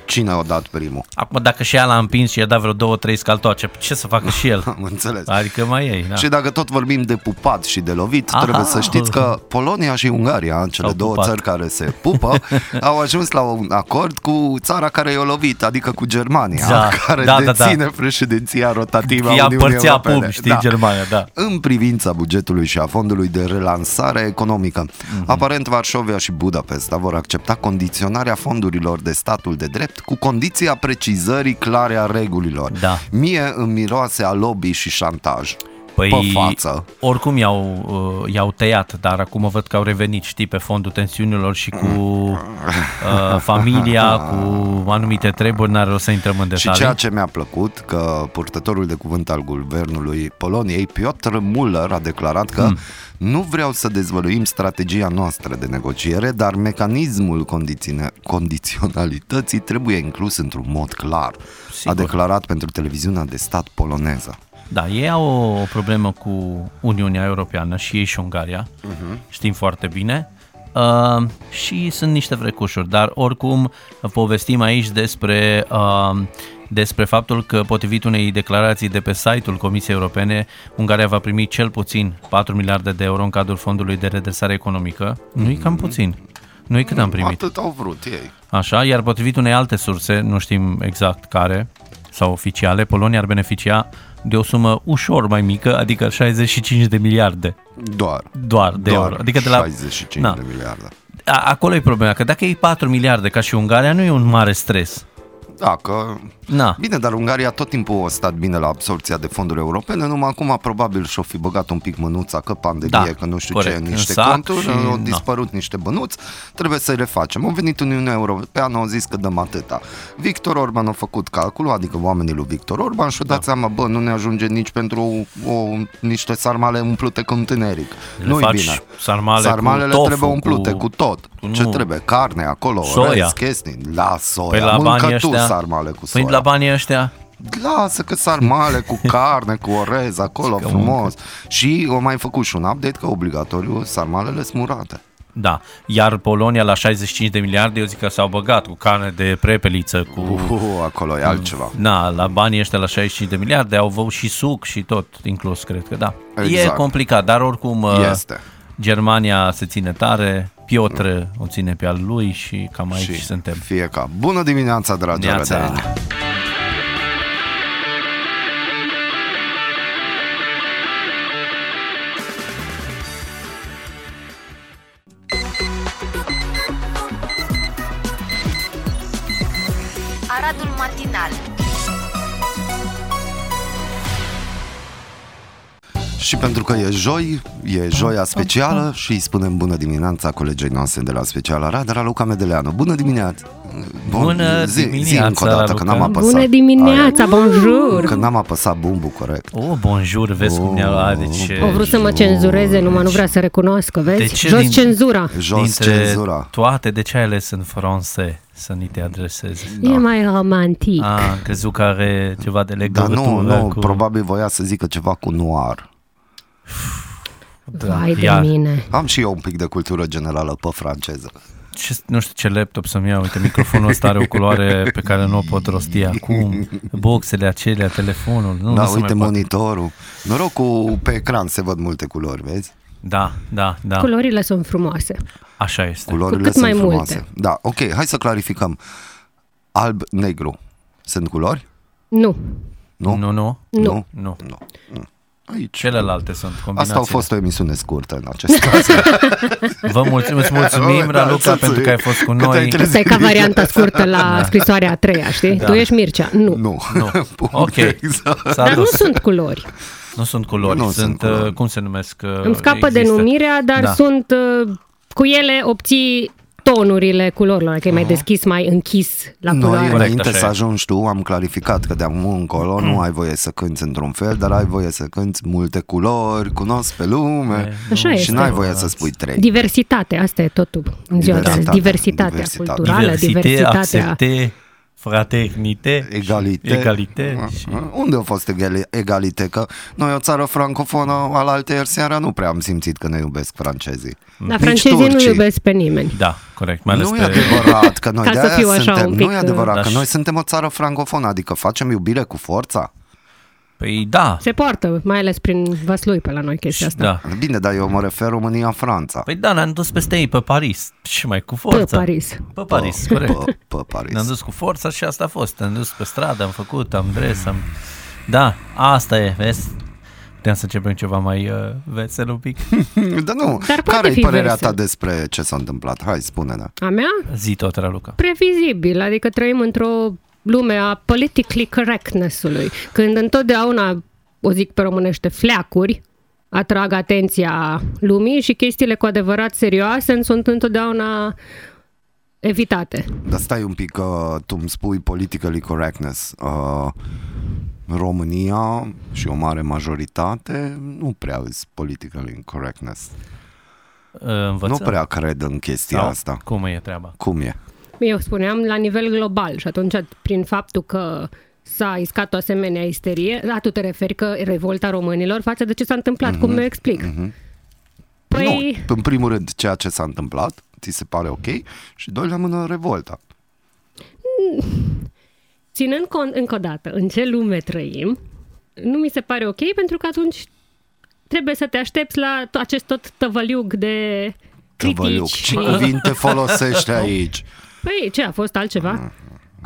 Speaker 3: Cine a dat primul?
Speaker 4: Acum dacă și ea l-a împins și i-a dat vreo două, trei scaltoace, ce să facă și el?
Speaker 3: Am înțeles.
Speaker 4: Adică mai ei, da.
Speaker 3: Și dacă tot vorbim de pupat și de lovit, Aha.
Speaker 4: Aha.
Speaker 3: trebuie să știți că Polonia și Ungaria, cele
Speaker 4: S-au
Speaker 3: două
Speaker 4: pupat.
Speaker 3: țări care se pupă, au ajuns la un acord cu țara care i-a lovit, adică cu Germania,
Speaker 4: Da,
Speaker 3: care
Speaker 4: da, da, da.
Speaker 3: deține președinția rotativă a
Speaker 4: Ea
Speaker 3: Uniunii
Speaker 4: împărțea
Speaker 3: Europene.
Speaker 4: pub, știi, Germania, da.
Speaker 3: În privința bugetului și a fondului de relansare economică,
Speaker 4: Mhm.
Speaker 3: aparent Varșovia și Budapesta vor accepta condiționarea fondurilor de statul de drept cu condiția precizării clare a regulilor.
Speaker 4: Da.
Speaker 3: Mie îmi miroase a lobby și șantaj.
Speaker 4: Păi,
Speaker 3: pe față.
Speaker 4: oricum i-au, uh, i-au tăiat, dar acum văd că au revenit, știi, pe fondul tensiunilor și cu uh, familia, cu anumite treburi, n-are rost să intrăm în
Speaker 3: Și
Speaker 4: detalii.
Speaker 3: ceea ce mi-a plăcut, că purtătorul de cuvânt al guvernului Poloniei, Piotr Muller, a declarat că
Speaker 4: Hmm.
Speaker 3: nu vreau să dezvăluim strategia noastră de negociere, dar mecanismul condiține- condiționalității trebuie inclus într-un mod clar,
Speaker 4: Sigur.
Speaker 3: a declarat pentru televiziunea de stat poloneză.
Speaker 4: Da, ei au o, o problemă cu Uniunea Europeană și ei și Ungaria, uh-huh. știm foarte bine, uh, și sunt niște vrecușuri, dar oricum povestim aici despre, uh, despre faptul că potrivit unei declarații de pe site-ul Comisiei Europene, Ungaria va primi cel puțin 4 miliarde de euro în cadrul Fondului de Redresare Economică. Nu-i cam puțin. Noi cât am primit?
Speaker 3: Atât au vrut ei.
Speaker 4: Așa, iar potrivit unei alte surse, nu știm exact care, sau oficiale, Polonia ar beneficia de o sumă ușor mai mică, adică 65 de miliarde
Speaker 3: Doar.
Speaker 4: doar de
Speaker 3: doar
Speaker 4: euro. Adică de la
Speaker 3: 65
Speaker 4: Na.
Speaker 3: de miliarde.
Speaker 4: A, acolo e problema, că dacă e 4 miliarde ca și Ungaria, nu e un mare stres.
Speaker 3: Da, că...
Speaker 4: Na.
Speaker 3: Bine, dar Ungaria tot timpul a stat bine la absorpția de fonduri europene, numai acum probabil și-o fi băgat un pic mânuța că pandemie,
Speaker 4: Da,
Speaker 3: că nu știu
Speaker 4: corect.
Speaker 3: ce,
Speaker 4: În
Speaker 3: niște
Speaker 4: sac
Speaker 3: conturi,
Speaker 4: și-
Speaker 3: au
Speaker 4: na.
Speaker 3: dispărut niște bănuți, trebuie să-i refacem. Au venit Uniunea Europeană, au zis că dăm atâta. Victor Orban a făcut calculul, adică oamenii lui Victor Orban și-au
Speaker 4: Da.
Speaker 3: dat seama, bă, nu ne ajunge nici pentru o, niște sarmale umplute cu întuneric.
Speaker 4: Le
Speaker 3: Nu-i
Speaker 4: faci
Speaker 3: bine.
Speaker 4: sarmale cu
Speaker 3: Sarmalele
Speaker 4: tofu,
Speaker 3: trebuie umplute cu,
Speaker 4: cu-
Speaker 3: tot.
Speaker 4: cu-
Speaker 3: Ce
Speaker 4: nu.
Speaker 3: trebuie? Carne acolo,
Speaker 4: Soia.
Speaker 3: orez, chestii. La soia.
Speaker 4: Păi la
Speaker 3: Mâncă
Speaker 4: banii
Speaker 3: tu
Speaker 4: ăștia...
Speaker 3: sarmale cu soia.
Speaker 4: păi la banii ăștia...
Speaker 3: Lasă că sarmale cu carne, cu orez acolo
Speaker 4: Că
Speaker 3: frumos. Și o mai făcut și un update că obligatoriu sarmalele smurate.
Speaker 4: Da, iar Polonia la 65 de miliarde, eu zic că s-au băgat cu carne de prepeliță, cu...
Speaker 3: Uhu, acolo e altceva.
Speaker 4: Na, la banii ăștia la 65 de miliarde au văut și suc și tot inclus, cred că da.
Speaker 3: Exact.
Speaker 4: E complicat, dar oricum uh,
Speaker 3: Este. Mm.
Speaker 4: Germania se ține tare, Piotr o ține pe al lui și cam aici
Speaker 3: Și
Speaker 4: Deci suntem.
Speaker 3: Fie ca. Bună dimineața, dragi
Speaker 4: Neața.
Speaker 3: arăteni!
Speaker 8: Aradul matinal.
Speaker 3: Și pentru că e joi, e joia specială și îi spunem bună dimineața colegei noastre de la Special Arad, Raluca Medeleanu. Bună dimineața! Bun,
Speaker 4: Bună
Speaker 3: zi
Speaker 4: dimineața,
Speaker 3: încă o dată, că
Speaker 4: Raluca.
Speaker 3: n-am apăsat.
Speaker 9: Bună dimineața, bonjour!
Speaker 3: Că n-am apăsat bumbul corect.
Speaker 4: Oh, bonjour, vezi cum ne-a
Speaker 3: Oh,
Speaker 4: deci,
Speaker 9: Au vrut să mă cenzureze, numai nu vrea să recunosc, că vezi?
Speaker 4: De ce
Speaker 9: Jos
Speaker 4: din-
Speaker 9: cenzura!
Speaker 3: Jos
Speaker 4: dintre
Speaker 3: cenzura.
Speaker 4: toate, de ce ai ales în France să ni te adresezi?
Speaker 9: E mai romantic.
Speaker 4: Ah, am crezut că are ceva de
Speaker 3: Dar
Speaker 4: legătură
Speaker 3: nu, nu,
Speaker 4: cu...
Speaker 3: probabil voia să zică ceva cu noir.
Speaker 9: Vai
Speaker 4: Da,
Speaker 9: de
Speaker 4: Iar.
Speaker 9: mine!
Speaker 3: Am și eu un pic de cultură generală pe franceză.
Speaker 4: ce, nu știu ce laptop să-mi iau, uite, microfonul ăsta are o culoare pe care nu o pot rosti acum, boxele acelea, telefonul, nu,
Speaker 3: Da,
Speaker 4: nu se
Speaker 3: uite
Speaker 4: mai pot.
Speaker 3: monitorul. Noroc cu pe ecran se văd multe culori, vezi?
Speaker 4: Da, da, da,
Speaker 9: Culorile sunt frumoase.
Speaker 4: așa este.
Speaker 3: Culorile
Speaker 9: cât
Speaker 3: sunt
Speaker 9: mai multe.
Speaker 3: frumoase. Da, ok, hai să clarificăm. Alb-negru sunt culori?
Speaker 9: Nu,
Speaker 3: Nu?
Speaker 4: Nu, nu,
Speaker 3: Nu.
Speaker 4: nu.
Speaker 3: Aici.
Speaker 4: Celelalte sunt combinații.
Speaker 3: Asta a fost o emisiune scurtă în acest caz.
Speaker 4: Vă mulțumim, îți mulțumim,
Speaker 3: Da,
Speaker 4: Raluca,
Speaker 3: ți-am
Speaker 4: pentru că ai fost cu
Speaker 3: Că te-ai
Speaker 4: noi.
Speaker 3: trezit.
Speaker 9: asta e ca varianta scurtă la scrisoarea a treia, știi? Tu ești Mircea, nu.
Speaker 3: Nu.
Speaker 4: Da. Nu.
Speaker 3: Punct,
Speaker 4: Ok.
Speaker 3: Exact.
Speaker 4: S-a
Speaker 9: Dar nu
Speaker 4: dus.
Speaker 9: sunt culori.
Speaker 4: Nu sunt culori,
Speaker 3: Nu
Speaker 4: sunt,
Speaker 3: sunt
Speaker 4: uh,
Speaker 3: culori.
Speaker 4: cum se numesc? uh,
Speaker 9: Îmi scapă
Speaker 4: există.
Speaker 9: denumirea, dar
Speaker 4: Da.
Speaker 9: sunt uh, cu ele obții tonurile culorilor, dacă e mai deschis, mai închis la
Speaker 3: Noi,
Speaker 9: culoare.
Speaker 3: înainte
Speaker 4: așa
Speaker 3: să
Speaker 4: e.
Speaker 3: ajungi tu, am clarificat că de acum încolo nu ai voie să cânti într-un fel, dar ai voie să cânti multe culori, cunosc pe lume
Speaker 9: Așa
Speaker 3: și
Speaker 9: este.
Speaker 3: n-ai voie să spui trei.
Speaker 9: Diversitate, asta e totul în ziua
Speaker 4: Da,
Speaker 9: de azi.
Speaker 3: Diversitate.
Speaker 9: Diversitatea
Speaker 3: Diversitate.
Speaker 9: culturală, diversitatea...
Speaker 4: accepte, fraternite,
Speaker 3: Egalite.
Speaker 4: egalite și
Speaker 3: Uh-huh. Unde a fost egali- egalite? Că noi o țară francofonă, alaltă ieri seara, nu prea am simțit că ne iubesc francezii.
Speaker 9: Dar
Speaker 3: Nici
Speaker 9: Da, francezii nu
Speaker 3: turcii.
Speaker 9: iubesc pe nimeni.
Speaker 4: da, corect, mai ales
Speaker 3: Nu e
Speaker 4: pe...
Speaker 3: adevărat că noi
Speaker 9: Ca
Speaker 3: de
Speaker 9: să
Speaker 3: aia
Speaker 9: fiu așa
Speaker 3: suntem,
Speaker 9: un
Speaker 3: nu
Speaker 9: pic,
Speaker 3: e adevărat
Speaker 4: uh,
Speaker 3: că
Speaker 4: da,
Speaker 3: noi
Speaker 4: și-
Speaker 3: suntem o țară francofonă, adică facem iubire cu forța.
Speaker 4: Păi da,
Speaker 9: Se poartă, mai ales prin vaslui pe la noi chestia asta.
Speaker 4: da.
Speaker 3: Bine, dar eu mă refer România-Franța.
Speaker 4: Păi da, ne-am dus peste ei, pe Paris și mai cu
Speaker 9: Pă,
Speaker 4: forța.
Speaker 9: Paris.
Speaker 4: Pe Paris, corect.
Speaker 3: Pe, pe Paris.
Speaker 4: Ne-am dus cu forța și asta a fost. Ne-am dus pe stradă, am făcut, am dres, am... Da, asta e, vezi? Puteam să începem ceva mai uh, vesel un pic.
Speaker 3: Dar Da, nu,
Speaker 9: Dar poate
Speaker 3: care e
Speaker 9: fi
Speaker 3: părerea
Speaker 9: vesel.
Speaker 3: ta despre ce s-a întâmplat? Hai, spune-ne.
Speaker 9: A mea?
Speaker 4: Zi tot, Raluca.
Speaker 9: Previzibil, adică trăim într-o lume a politically correctness-ului, când întotdeauna o zic pe românește, fleacuri, atrag atenția lumii și chestiile cu adevărat serioase îmi sunt întotdeauna evitate.
Speaker 3: Dar stai un pic, că tu îmi spui politically correctness. Uh, România și o mare majoritate nu prea îs politically correctness.
Speaker 4: Uh, Învățăm. Da.
Speaker 3: Nu prea cred în chestia
Speaker 4: Sau
Speaker 3: asta.
Speaker 4: Cum e treaba?
Speaker 3: Cum e?
Speaker 9: Eu spuneam la nivel global și atunci prin faptul că s-a iscat o asemenea isterie, la tu te referi că revolta românilor față de ce s-a întâmplat, mm-hmm. cum mi explic. Mm-hmm. Păi,
Speaker 3: Nu, în primul rând, ceea ce s-a întâmplat, ți se pare ok, și doi la mână, revolta.
Speaker 9: ținând cont încă o dată în ce lume trăim, nu mi se pare ok pentru că atunci trebuie să te aștepți la to- acest tot tăvăliug de
Speaker 3: Tăvăliuc.
Speaker 9: critici.
Speaker 3: Ce cuvinte folosești aici?
Speaker 9: Păi, ce a fost altceva?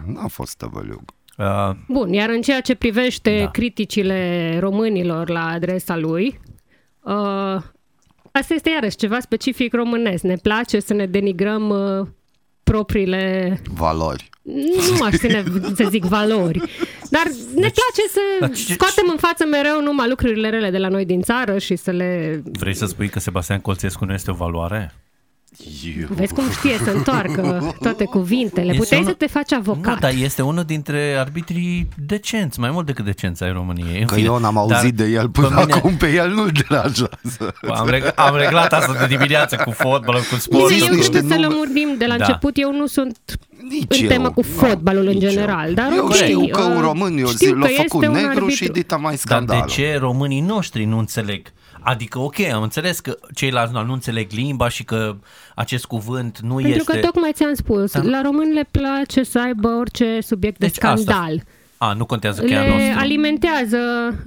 Speaker 3: N-a fost tăvăliuc.
Speaker 4: Uh,
Speaker 9: Bun, iar în ceea ce privește
Speaker 4: Da.
Speaker 9: da. criticile românilor la adresa lui, uh, asta este iarăși ceva specific românesc. Ne place să ne denigrăm uh, propriile,
Speaker 3: Valori.
Speaker 9: nu aș ține să zic valori, dar ne place să
Speaker 4: Deci- dar ce-
Speaker 9: scoatem în față mereu numai lucrurile rele de la noi din țară și să le...
Speaker 4: vrei să spui că Sebastian Colțescu nu este o valoare?
Speaker 9: Vezi cum știe să întoarcă toate cuvintele.
Speaker 4: Este
Speaker 9: Puteai
Speaker 4: unul-
Speaker 9: să te faci avocat.
Speaker 4: Nu, dar este unul dintre arbitrii decenți, mai mult decât decenți ai României. În
Speaker 3: Că
Speaker 4: fine,
Speaker 3: eu n-am auzit de el până
Speaker 4: pe mine-
Speaker 3: acum, pe el nu-l deranjează.
Speaker 4: Am, reg- am reglat asta de dimineață cu fotbalul, cu
Speaker 9: Bine,
Speaker 4: sportul.
Speaker 3: Sunt
Speaker 9: eu
Speaker 4: cu-
Speaker 3: niște
Speaker 9: știu să
Speaker 3: nume.
Speaker 9: lămurim de la
Speaker 4: Da.
Speaker 9: da. început, eu nu sunt
Speaker 3: Nici
Speaker 9: în
Speaker 3: eu.
Speaker 9: temă cu
Speaker 3: Nu,
Speaker 9: fotbalul în
Speaker 3: nici eu.
Speaker 9: general, dar
Speaker 3: Eu
Speaker 9: ok,
Speaker 3: știu că
Speaker 9: uh,
Speaker 3: un român i-a
Speaker 9: știu
Speaker 3: zis, l-a
Speaker 9: că
Speaker 3: făcut
Speaker 9: este un
Speaker 3: negru
Speaker 9: arbitru.
Speaker 3: și dita mai
Speaker 4: Dar
Speaker 3: scandalul.
Speaker 4: de ce românii noștri nu înțeleg? Adică, ok, am înțeles că ceilalți nu nu înțeleg limba și că acest cuvânt nu
Speaker 9: Pentru
Speaker 4: este...
Speaker 9: că tocmai ți-am spus,
Speaker 4: Da.
Speaker 9: da. la români le place să aibă orice subiect
Speaker 4: Deci
Speaker 9: de scandal.
Speaker 4: Asta. A, nu contează că e a
Speaker 9: Le
Speaker 4: noastră.
Speaker 9: alimentează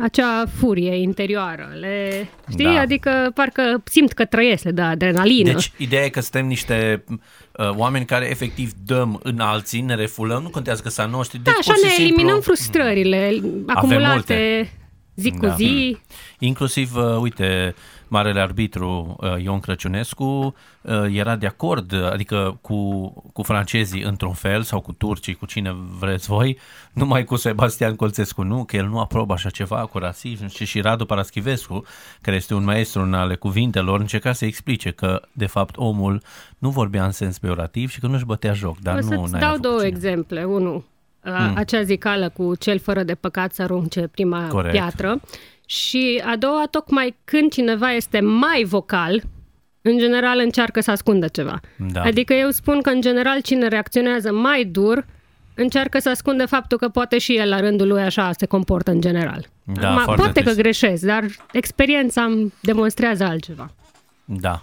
Speaker 9: acea furie interioară. Le, știi?
Speaker 4: Da.
Speaker 9: Da. Adică parcă simt că trăiesc, le dă adrenalină.
Speaker 4: Deci, ideea e că suntem niște uh, oameni care efectiv dăm în alții, ne refulăm, nu contează că s-a noștri. Deci,
Speaker 9: da, așa
Speaker 4: pur și
Speaker 9: ne
Speaker 4: simplu,
Speaker 9: eliminăm frustrările acumulate
Speaker 4: multe.
Speaker 9: zi cu
Speaker 4: Da.
Speaker 9: zi.
Speaker 4: Inclusiv, uh, uite, marele arbitru uh, Ion Crăciunescu uh, era de acord, uh, adică cu, cu francezii într-un fel sau cu turcii, cu cine vreți voi, numai cu Sebastian Colțescu nu, că el nu aprobă așa ceva cu rasism și, și Radu Paraschivescu, care este un maestru în ale cuvintelor, încerca să explice că, de fapt, omul nu vorbea în sens peorativ și că nu-și bătea joc, dar
Speaker 9: O
Speaker 4: nu
Speaker 9: să-ți
Speaker 4: n-ai Hmm.
Speaker 9: dau
Speaker 4: făcut
Speaker 9: două
Speaker 4: cine.
Speaker 9: exemple. Unul, mm. acea zicală cu cel fără de păcat să arunce prima
Speaker 4: Corect.
Speaker 9: piatră. Și a doua, tocmai când cineva este mai vocal, în general încearcă să ascundă ceva.
Speaker 4: Da.
Speaker 9: Adică eu spun că, în general, cine reacționează mai dur, încearcă să ascundă faptul că poate și el, la rândul lui, așa se comportă în general.
Speaker 4: Da,
Speaker 9: Acum,
Speaker 4: foarte
Speaker 9: poate că
Speaker 4: trist.
Speaker 9: greșesc, dar experiența îmi demonstrează altceva.
Speaker 4: Da.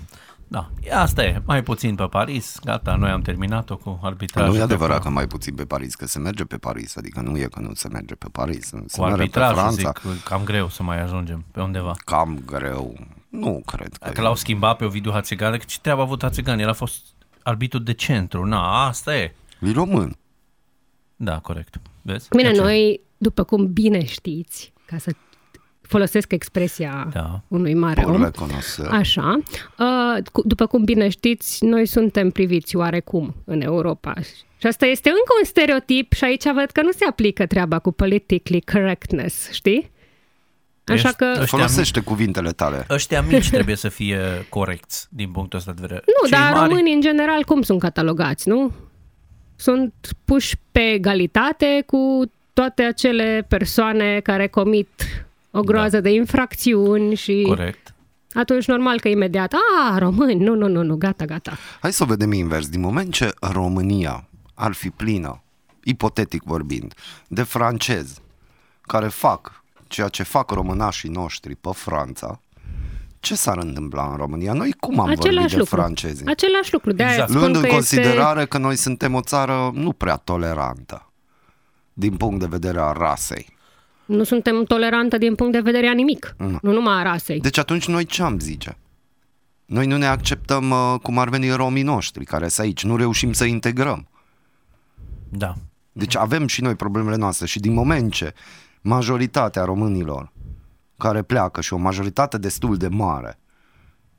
Speaker 4: Da, asta e, mai puțin pe Paris, gata, noi am terminat-o cu arbitrajul.
Speaker 3: Nu e adevărat
Speaker 4: acolo.
Speaker 3: că mai puțin pe Paris, că se merge pe Paris, adică nu e că nu se merge pe Paris, se
Speaker 4: Cu
Speaker 3: merge pe
Speaker 4: arbitrajul,
Speaker 3: Franța.
Speaker 4: zic, cam greu să mai ajungem pe undeva.
Speaker 3: Cam greu. Nu cred că...
Speaker 4: Că l-au schimbat pe Ovidiu Hațegan, că ce treabă a avut Hațegan? El a fost arbitru de centru, na, asta e.
Speaker 3: E român.
Speaker 4: Da, corect. Vezi?
Speaker 9: Bine,
Speaker 4: De ce?
Speaker 9: noi, după cum bine știți, ca să folosesc expresia
Speaker 4: Da.
Speaker 9: da. unui mare
Speaker 3: Por
Speaker 9: om,
Speaker 3: le conocer.
Speaker 9: așa, uh, cu- după cum bine știți, noi suntem priviți oarecum în Europa. Și asta este încă un stereotip și aici văd că nu se aplică treaba cu politically correctness, știi? Așa
Speaker 4: Ești-
Speaker 9: că...
Speaker 4: ești-
Speaker 3: Folosește cuvintele tale.
Speaker 4: Ăștia mici trebuie să fie corecți din punctul ăsta de vedere.
Speaker 9: Nu,
Speaker 4: Cei
Speaker 9: dar
Speaker 4: mari,
Speaker 9: românii în general cum sunt catalogați, nu? Sunt puși pe egalitate cu toate acele persoane care comit o groază da. de infracțiuni și
Speaker 4: Corect.
Speaker 9: atunci normal că imediat, a, români, nu, nu, nu, nu, gata, gata.
Speaker 3: Hai să o vedem invers. Din moment ce România ar fi plină, ipotetic vorbind, de francezi care fac ceea ce fac românașii noștri pe Franța, ce s-ar întâmpla în România? Noi cum am vorbit
Speaker 9: Același
Speaker 3: de
Speaker 9: lucru.
Speaker 3: francezi?
Speaker 9: Același lucru. De-aia
Speaker 4: Exact.
Speaker 9: spun
Speaker 3: Luând în
Speaker 9: că este...
Speaker 3: considerare că noi suntem o țară nu prea tolerantă din punct de vedere a rasei.
Speaker 9: Nu suntem tolerantă din punct de vedere a nimic. Nu numai a rasei.
Speaker 3: Deci atunci noi ce am zice? Noi nu ne acceptăm uh, cum ar veni romii noștri care sunt aici, nu reușim să integrăm.
Speaker 4: Da.
Speaker 3: Deci avem și noi problemele noastre și din moment ce majoritatea românilor care pleacă și o majoritate destul de mare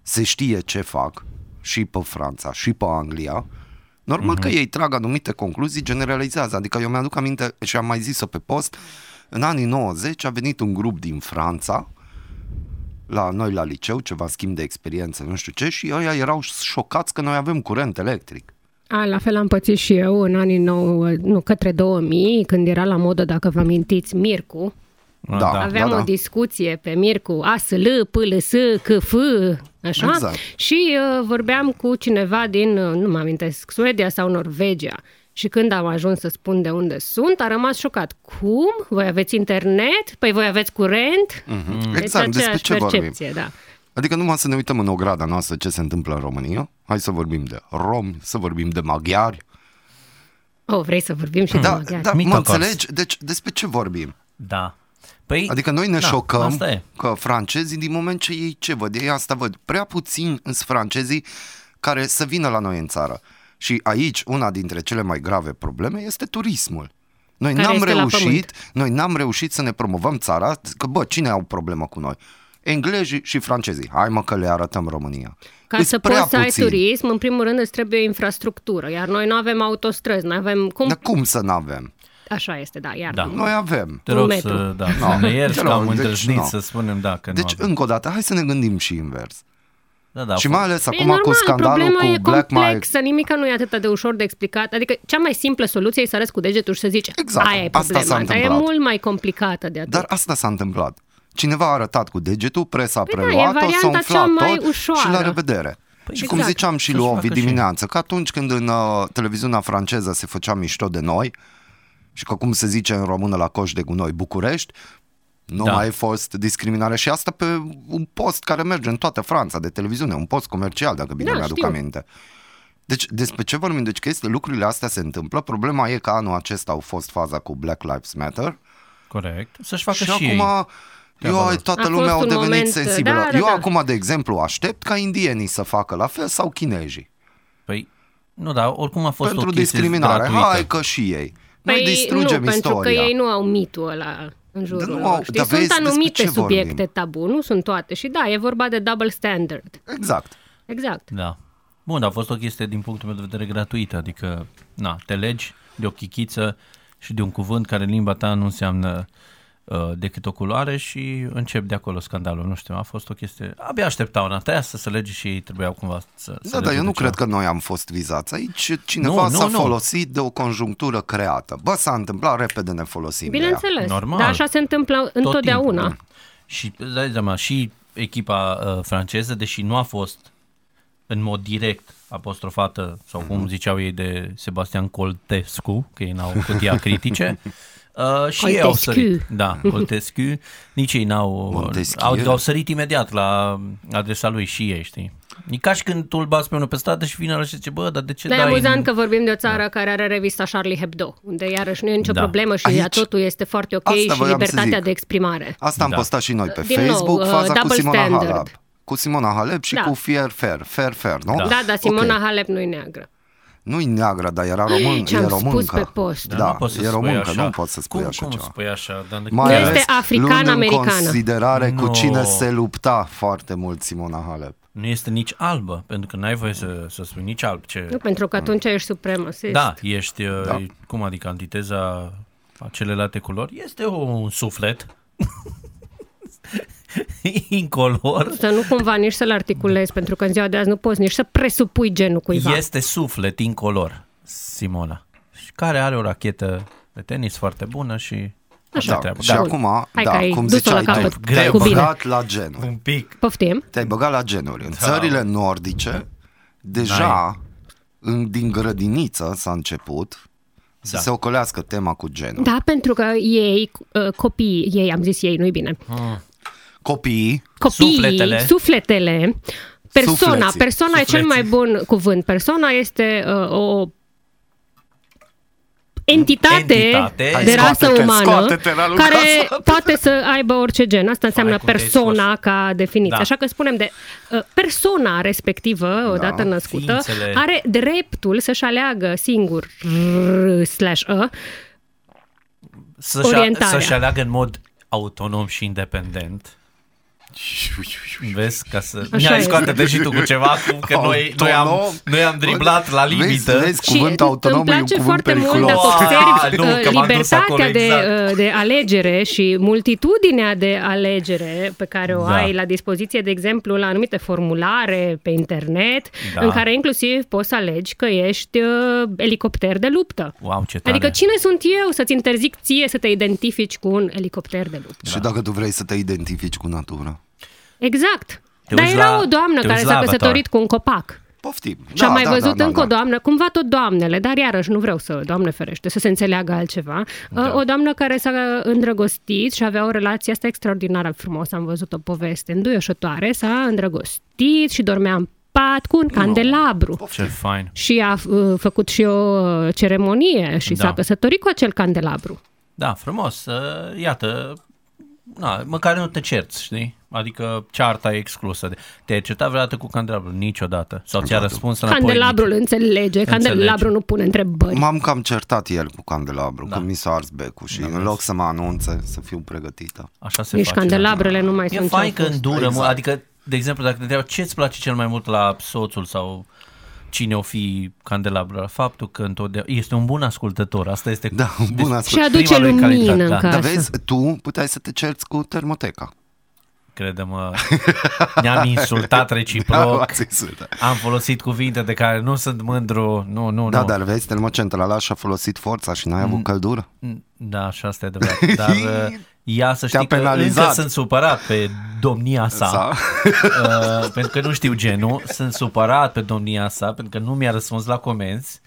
Speaker 3: se știe ce fac și pe Franța și pe Anglia, normal că ei trag anumite concluzii, generalizează. Adică eu mi-aduc aminte și am mai zis-o pe post În anii 90 a venit un grup din Franța la noi la liceu, ceva schimb de experiență, nu știu ce, și ăia erau șocați că noi avem curent electric.
Speaker 9: A, la fel am pățit și eu în anii 9, nu, către 2000, când era la modă, dacă vă amintiți, Mircu.
Speaker 4: Ah,
Speaker 3: Da.
Speaker 4: da.
Speaker 9: Aveam
Speaker 3: da.
Speaker 9: o discuție pe Mircu, ASL, PLS, KF, așa?
Speaker 3: Exact.
Speaker 9: Și uh, vorbeam cu cineva din, uh, nu mă amintesc, Suedia sau Norvegia. Și când am ajuns să spun de unde sunt, a rămas șocat. Cum? Voi aveți internet? Păi voi aveți curent? Mm-hmm.
Speaker 3: Exact, despre ce vorbim?
Speaker 9: percepție, da.
Speaker 3: Adică numai să ne uităm în ograda noastră ce se întâmplă în România. Hai să vorbim de romi, să vorbim de maghiari.
Speaker 9: Oh, vrei să vorbim și
Speaker 3: Da,
Speaker 9: de maghiari?
Speaker 3: da mă
Speaker 4: Mitocos.
Speaker 3: înțelegi? Deci despre ce vorbim?
Speaker 4: da. Păi,
Speaker 3: Adică noi ne
Speaker 4: da,
Speaker 3: șocăm
Speaker 4: Asta e.
Speaker 3: că francezii, din moment ce ei ce văd, ei asta văd, prea puțin sunt francezii care să vină la noi în țară. Și aici una dintre cele mai grave probleme este turismul. Noi
Speaker 9: Care
Speaker 3: n-am
Speaker 9: este la
Speaker 3: reușit,
Speaker 9: pământ.
Speaker 3: noi n-am reușit să ne promovăm țara, că bă, cine au problemă cu noi? Englezii și francezii. Hai mă că le arătăm România.
Speaker 9: Ca
Speaker 3: Îs
Speaker 9: să
Speaker 3: prea
Speaker 9: poți să ai
Speaker 3: puțini.
Speaker 9: turism, în primul rând îți trebuie infrastructură, iar noi nu avem autostrăzi, nu avem cum...
Speaker 3: Dar cum să n-avem?
Speaker 9: Așa este, da, iar
Speaker 4: Da.
Speaker 3: Noi avem.
Speaker 4: Te
Speaker 9: Un
Speaker 4: rog
Speaker 9: metru.
Speaker 4: să, da,
Speaker 3: No,
Speaker 4: să ne ierți
Speaker 3: te
Speaker 4: că
Speaker 3: rog,
Speaker 4: am
Speaker 3: deci
Speaker 4: întâlnit
Speaker 3: no.
Speaker 4: să spunem da, că
Speaker 3: Deci,
Speaker 4: nu avem.
Speaker 3: încă o dată, hai să ne gândim și invers.
Speaker 4: Da, da,
Speaker 3: și
Speaker 4: a
Speaker 3: mai
Speaker 4: fost-
Speaker 3: ales
Speaker 9: E
Speaker 3: acum
Speaker 9: Păi normal,
Speaker 3: cu scandalul
Speaker 9: problema
Speaker 3: cu
Speaker 9: e
Speaker 3: Black Mike.
Speaker 9: complexă, nimica nu e atât de ușor de explicat. Adică cea mai simplă soluție e să arăți cu degetul și să zici,
Speaker 3: Exact,
Speaker 9: aia e
Speaker 3: asta
Speaker 9: problema,
Speaker 3: s-a
Speaker 9: dar e
Speaker 3: întâmplat.
Speaker 9: mult mai complicată de atât.
Speaker 3: Dar asta s-a întâmplat. Cineva a arătat cu degetul, presa a
Speaker 9: da, e
Speaker 3: preluat-o, s-a
Speaker 9: varianta
Speaker 3: umflat
Speaker 9: cea mai
Speaker 3: tot
Speaker 9: ușoară.
Speaker 3: și la revedere. Păi
Speaker 4: Păi
Speaker 3: și
Speaker 4: exact,
Speaker 3: cum ziceam și
Speaker 4: să-și
Speaker 3: lui Ovi
Speaker 4: facă și-
Speaker 3: dimineață, că atunci când în uh, televiziunea franceză se făcea mișto de noi, și că cum se zice în română la coș de gunoi București, nu da.
Speaker 4: Da.
Speaker 3: mai a fost discriminare și asta pe un post care merge în toată Franța de televiziune, un post comercial, dacă bine
Speaker 9: Da,
Speaker 3: mi-aduc
Speaker 9: știu.
Speaker 3: aminte. Deci despre ce vorbim? Deci că este, lucrurile astea se întâmplă, problema e că anul acesta au fost faza cu Black Lives Matter,
Speaker 4: corect. Să-și facă și,
Speaker 3: și
Speaker 4: ei.
Speaker 3: acum, eu, ai,
Speaker 4: lor.
Speaker 3: toată
Speaker 9: A
Speaker 3: lumea
Speaker 9: fost
Speaker 3: au
Speaker 9: un
Speaker 3: devenit
Speaker 9: moment,
Speaker 3: sensibilă.
Speaker 9: da, da,
Speaker 3: eu
Speaker 9: da.
Speaker 3: acum, de exemplu, aștept ca indienii să facă la fel sau chinezii.
Speaker 4: Păi, nu, dar oricum a fost
Speaker 3: pentru
Speaker 4: o chestie
Speaker 3: discriminare.
Speaker 4: gratuită.
Speaker 3: Hai că și ei. Noi
Speaker 9: Păi
Speaker 3: distrugem
Speaker 9: nu, pentru că
Speaker 3: istoria. Da,
Speaker 9: ei nu au mitul ăla în jurul
Speaker 3: nu
Speaker 9: lor,
Speaker 3: au-
Speaker 9: știi?
Speaker 3: dar
Speaker 9: Sunt
Speaker 3: vezi despre
Speaker 9: anumite
Speaker 3: ce vorbim.
Speaker 9: subiecte tabu, nu sunt toate. Și da, e vorba de double standard.
Speaker 3: Exact.
Speaker 9: Exact.
Speaker 4: Da. Bun, dar a fost o chestie din punctul meu de vedere gratuită, adică, na, te legi de o chichiță și de un cuvânt care în limba ta nu înseamnă uh, decât o culoare și încep de acolo scandalul, nu știu, a fost o chestie, abia așteptau în asta să se lege și ei trebuiau cumva să,
Speaker 3: Da,
Speaker 4: să
Speaker 3: dar
Speaker 4: lege
Speaker 3: eu nu
Speaker 4: de ceva.
Speaker 3: cred că noi am fost vizați aici. Cineva
Speaker 4: Nu, nu,
Speaker 3: s-a
Speaker 4: nu.
Speaker 3: folosit de o conjunctură creată. Bă, s-a întâmplat, repede ne folosim de ea.
Speaker 9: Bineînțeles,
Speaker 4: Normal.
Speaker 9: dar așa se întâmplă
Speaker 4: Tot
Speaker 9: întotdeauna.
Speaker 3: da.
Speaker 4: timpul. Și, îți dai seama, și echipa uh, franceză, deși nu a fost în mod direct apostrofată, sau
Speaker 3: Mhm.
Speaker 4: cum ziceau ei de Sebastian Coltescu, că ei n-au cutia critice, Uh, și ei au
Speaker 9: Coltescu.
Speaker 4: sărit. Da, Coltescu. Nici ei n-au...
Speaker 3: Montesquieu.
Speaker 4: Au, au sărit imediat la adresa lui și ei, știi? E ca și când tu îl bați pe unul pe stradă și vine ăla și zice, bă, dar de ce
Speaker 9: Dar e
Speaker 4: dai în-
Speaker 9: amuzant că vorbim de o țară care are revista Charlie Hebdo, unde iarăși nu e nicio
Speaker 4: Da.
Speaker 9: problemă și
Speaker 3: Aici-
Speaker 9: totul este foarte ok
Speaker 3: Asta
Speaker 9: și
Speaker 3: voiam să
Speaker 9: libertatea
Speaker 3: zic.
Speaker 9: de exprimare.
Speaker 3: Asta am
Speaker 4: Da.
Speaker 3: postat și noi pe
Speaker 9: Din nou,
Speaker 3: Facebook,
Speaker 9: uh,
Speaker 3: faza cu
Speaker 9: double
Speaker 3: Simona
Speaker 9: standard.
Speaker 3: Halep. Cu Simona Halep și
Speaker 9: Da.
Speaker 3: cu Fier Fer. Fer Fer, nu?
Speaker 4: Da.
Speaker 9: Da, dar Simona
Speaker 3: Ah, Ok.
Speaker 9: Halep nu e neagră.
Speaker 3: Nu-i neagră, dar era român,
Speaker 9: Ce
Speaker 3: e
Speaker 9: am spus
Speaker 3: româncă.
Speaker 9: pe post.
Speaker 3: Da,
Speaker 9: Dar
Speaker 4: nu poți să
Speaker 3: e
Speaker 4: spui
Speaker 3: româncă,
Speaker 4: așa.
Speaker 3: nu poți să spui
Speaker 4: cum,
Speaker 3: așa
Speaker 4: cum
Speaker 3: ceva.
Speaker 4: spui așa? Dar de-
Speaker 3: Mai
Speaker 9: Este
Speaker 3: ales luând
Speaker 9: african-americană.
Speaker 3: în considerare cu
Speaker 4: Nu.
Speaker 3: cine se lupta foarte mult Simona Halep.
Speaker 4: nu este nici albă, pentru că n-ai voie să, să spui nici alb. Ce...
Speaker 9: Nu, pentru că atunci ești supremasist.
Speaker 4: Da, ești, da. cum adică, antiteza a celelalte culori? Este un suflet incolor.
Speaker 9: Să nu cumva nici să-l articulezi, pentru că în ziua de azi nu poți nici să presupui genul cuiva.
Speaker 4: Este suflet incolor, Simona, și care are o rachetă de tenis foarte bună și așa
Speaker 3: Da.
Speaker 4: treabă.
Speaker 3: Și
Speaker 4: Da.
Speaker 3: acum,
Speaker 9: Hai că
Speaker 3: da,
Speaker 9: ai
Speaker 3: cum
Speaker 9: dus-o
Speaker 3: ziceai,
Speaker 9: la
Speaker 3: te-
Speaker 9: capăt.
Speaker 3: te-ai
Speaker 4: Greu. Cu bine.
Speaker 3: băgat la genuri.
Speaker 4: Un pic.
Speaker 9: Poftim?
Speaker 3: Te-ai băgat la genuri.
Speaker 4: Da.
Speaker 3: În țările nordice, deja în, din grădiniță s-a început să
Speaker 4: Da.
Speaker 3: se ocolească tema cu genul.
Speaker 9: Da, pentru că ei, uh, copiii, ei, am zis ei, nu-i bine,
Speaker 3: Copiii,
Speaker 9: copiii,
Speaker 4: Sufletele.
Speaker 9: sufletele persona,
Speaker 3: Sufleții.
Speaker 9: persona e cel mai
Speaker 4: Sufleții.
Speaker 9: bun cuvânt. Persona este uh, o entitate,
Speaker 4: Entitate.
Speaker 9: de
Speaker 4: Hai,
Speaker 9: rasă
Speaker 3: scoate-te,
Speaker 9: umană
Speaker 3: scoate-te, Raluca,
Speaker 9: care
Speaker 3: scoate-te.
Speaker 9: poate să aibă orice gen. Asta înseamnă
Speaker 4: cum te-ai
Speaker 9: persona ca definiție.
Speaker 4: Da.
Speaker 9: Așa că spunem de uh, persona respectivă, odată născută,
Speaker 4: ființele.
Speaker 9: are dreptul să-și aleagă singur r- slash uh,
Speaker 4: Să-și,
Speaker 9: Orientarea.
Speaker 4: să-și aleagă în mod autonom și independent Vezi, ca să
Speaker 9: Așa
Speaker 4: ne-ai
Speaker 9: e.
Speaker 4: scoate degetul cu ceva acum, că noi, noi, am,
Speaker 3: Autonom.
Speaker 4: noi am driblat la limită.
Speaker 3: Vezi, vezi cuvântul
Speaker 9: îmi-
Speaker 3: autonom e
Speaker 9: îmi
Speaker 3: un
Speaker 9: place
Speaker 3: cuvânt
Speaker 9: foarte
Speaker 3: periculos.
Speaker 9: mult dacă
Speaker 4: Wow,
Speaker 9: observi
Speaker 4: Ah, nu,
Speaker 9: uh,
Speaker 4: că m-am dus
Speaker 9: libertatea
Speaker 4: acolo,
Speaker 9: de,
Speaker 4: exact.
Speaker 9: uh, de alegere și multitudinea de alegere pe care o
Speaker 4: Da.
Speaker 9: ai la dispoziție, de exemplu, la anumite formulare pe internet,
Speaker 4: Da.
Speaker 9: în care inclusiv poți să alegi că ești uh, elicopter de luptă.
Speaker 4: Wow, ce tare.
Speaker 9: Adică cine sunt eu să-ți interzic ție să te identifici cu un elicopter de luptă?
Speaker 3: Și dacă tu vrei să te identifici cu natura.
Speaker 9: Exact.
Speaker 4: Te
Speaker 9: Dar
Speaker 4: uiți
Speaker 9: era
Speaker 4: la-
Speaker 9: o doamnă
Speaker 4: te
Speaker 9: care
Speaker 4: uiți
Speaker 9: s-a
Speaker 4: la Avatar.
Speaker 9: căsătorit cu un copac.
Speaker 3: Poftim.
Speaker 4: Da,
Speaker 3: Da,
Speaker 9: Și am mai văzut încă o doamnă, cumva tot doamnele, dar iarăși nu vreau să, doamne ferește, să se înțeleagă altceva. Da. O doamnă care s-a îndrăgostit și avea o relație asta extraordinară frumos, am văzut o poveste înduioșătoare, s-a îndrăgostit și dormea în pat cu un candelabru.
Speaker 4: Ce fain.
Speaker 9: Și a uh, făcut și o uh, ceremonie și
Speaker 4: Da.
Speaker 9: s-a căsătorit cu acel candelabru.
Speaker 4: Da, frumos. uh, Iată, na, măcar nu te cerți, știi? Adică cearta e exclusă. De... Te-ai certat vreodată cu candelabrul? Niciodată. Sau ți-a răspuns înapoi?
Speaker 9: Candelabrul înțelege, candelabrul nu pune întrebări.
Speaker 3: M-am cam certat ieri cu candelabru, da. că mi s-a ars becul și în loc să mă anunțe, să fiu pregătită.
Speaker 4: Așa se
Speaker 9: Nici
Speaker 4: face. da.
Speaker 9: candelabrele nu mai
Speaker 4: E
Speaker 9: sunt ce
Speaker 4: fain
Speaker 9: au
Speaker 4: că
Speaker 9: fost.
Speaker 4: îndură, exact. adică, de exemplu, dacă te întreabă ce îți place cel mai mult la soțul sau cine o fi candelabra, faptul că întotdeauna este un bun ascultător, asta este
Speaker 3: Da, un bun
Speaker 4: deci,
Speaker 3: ascult-
Speaker 9: Și aduce
Speaker 4: prima lui
Speaker 9: lumină
Speaker 4: calitate,
Speaker 9: în
Speaker 4: da.
Speaker 9: casă.
Speaker 3: Dar vezi, tu puteai să te cerți cu termoteca.
Speaker 4: crede-mă, ne-am insultat
Speaker 3: Da,
Speaker 4: reciproc,
Speaker 3: ați insultat.
Speaker 4: am folosit cuvinte de care nu sunt mândru, nu, nu,
Speaker 3: Da,
Speaker 4: nu.
Speaker 3: dar vezi, termocentrala și-a folosit forța și
Speaker 9: Mm.
Speaker 3: n-ai avut căldură.
Speaker 4: Da, și asta e adevărat. Dar uh, ea să știi că
Speaker 3: penalizat.
Speaker 4: încă sunt supărat pe domnia sa,
Speaker 3: Sa.
Speaker 4: uh, pentru că nu știu genul, sunt supărat pe domnia sa, pentru că nu mi-a răspuns la comenzi,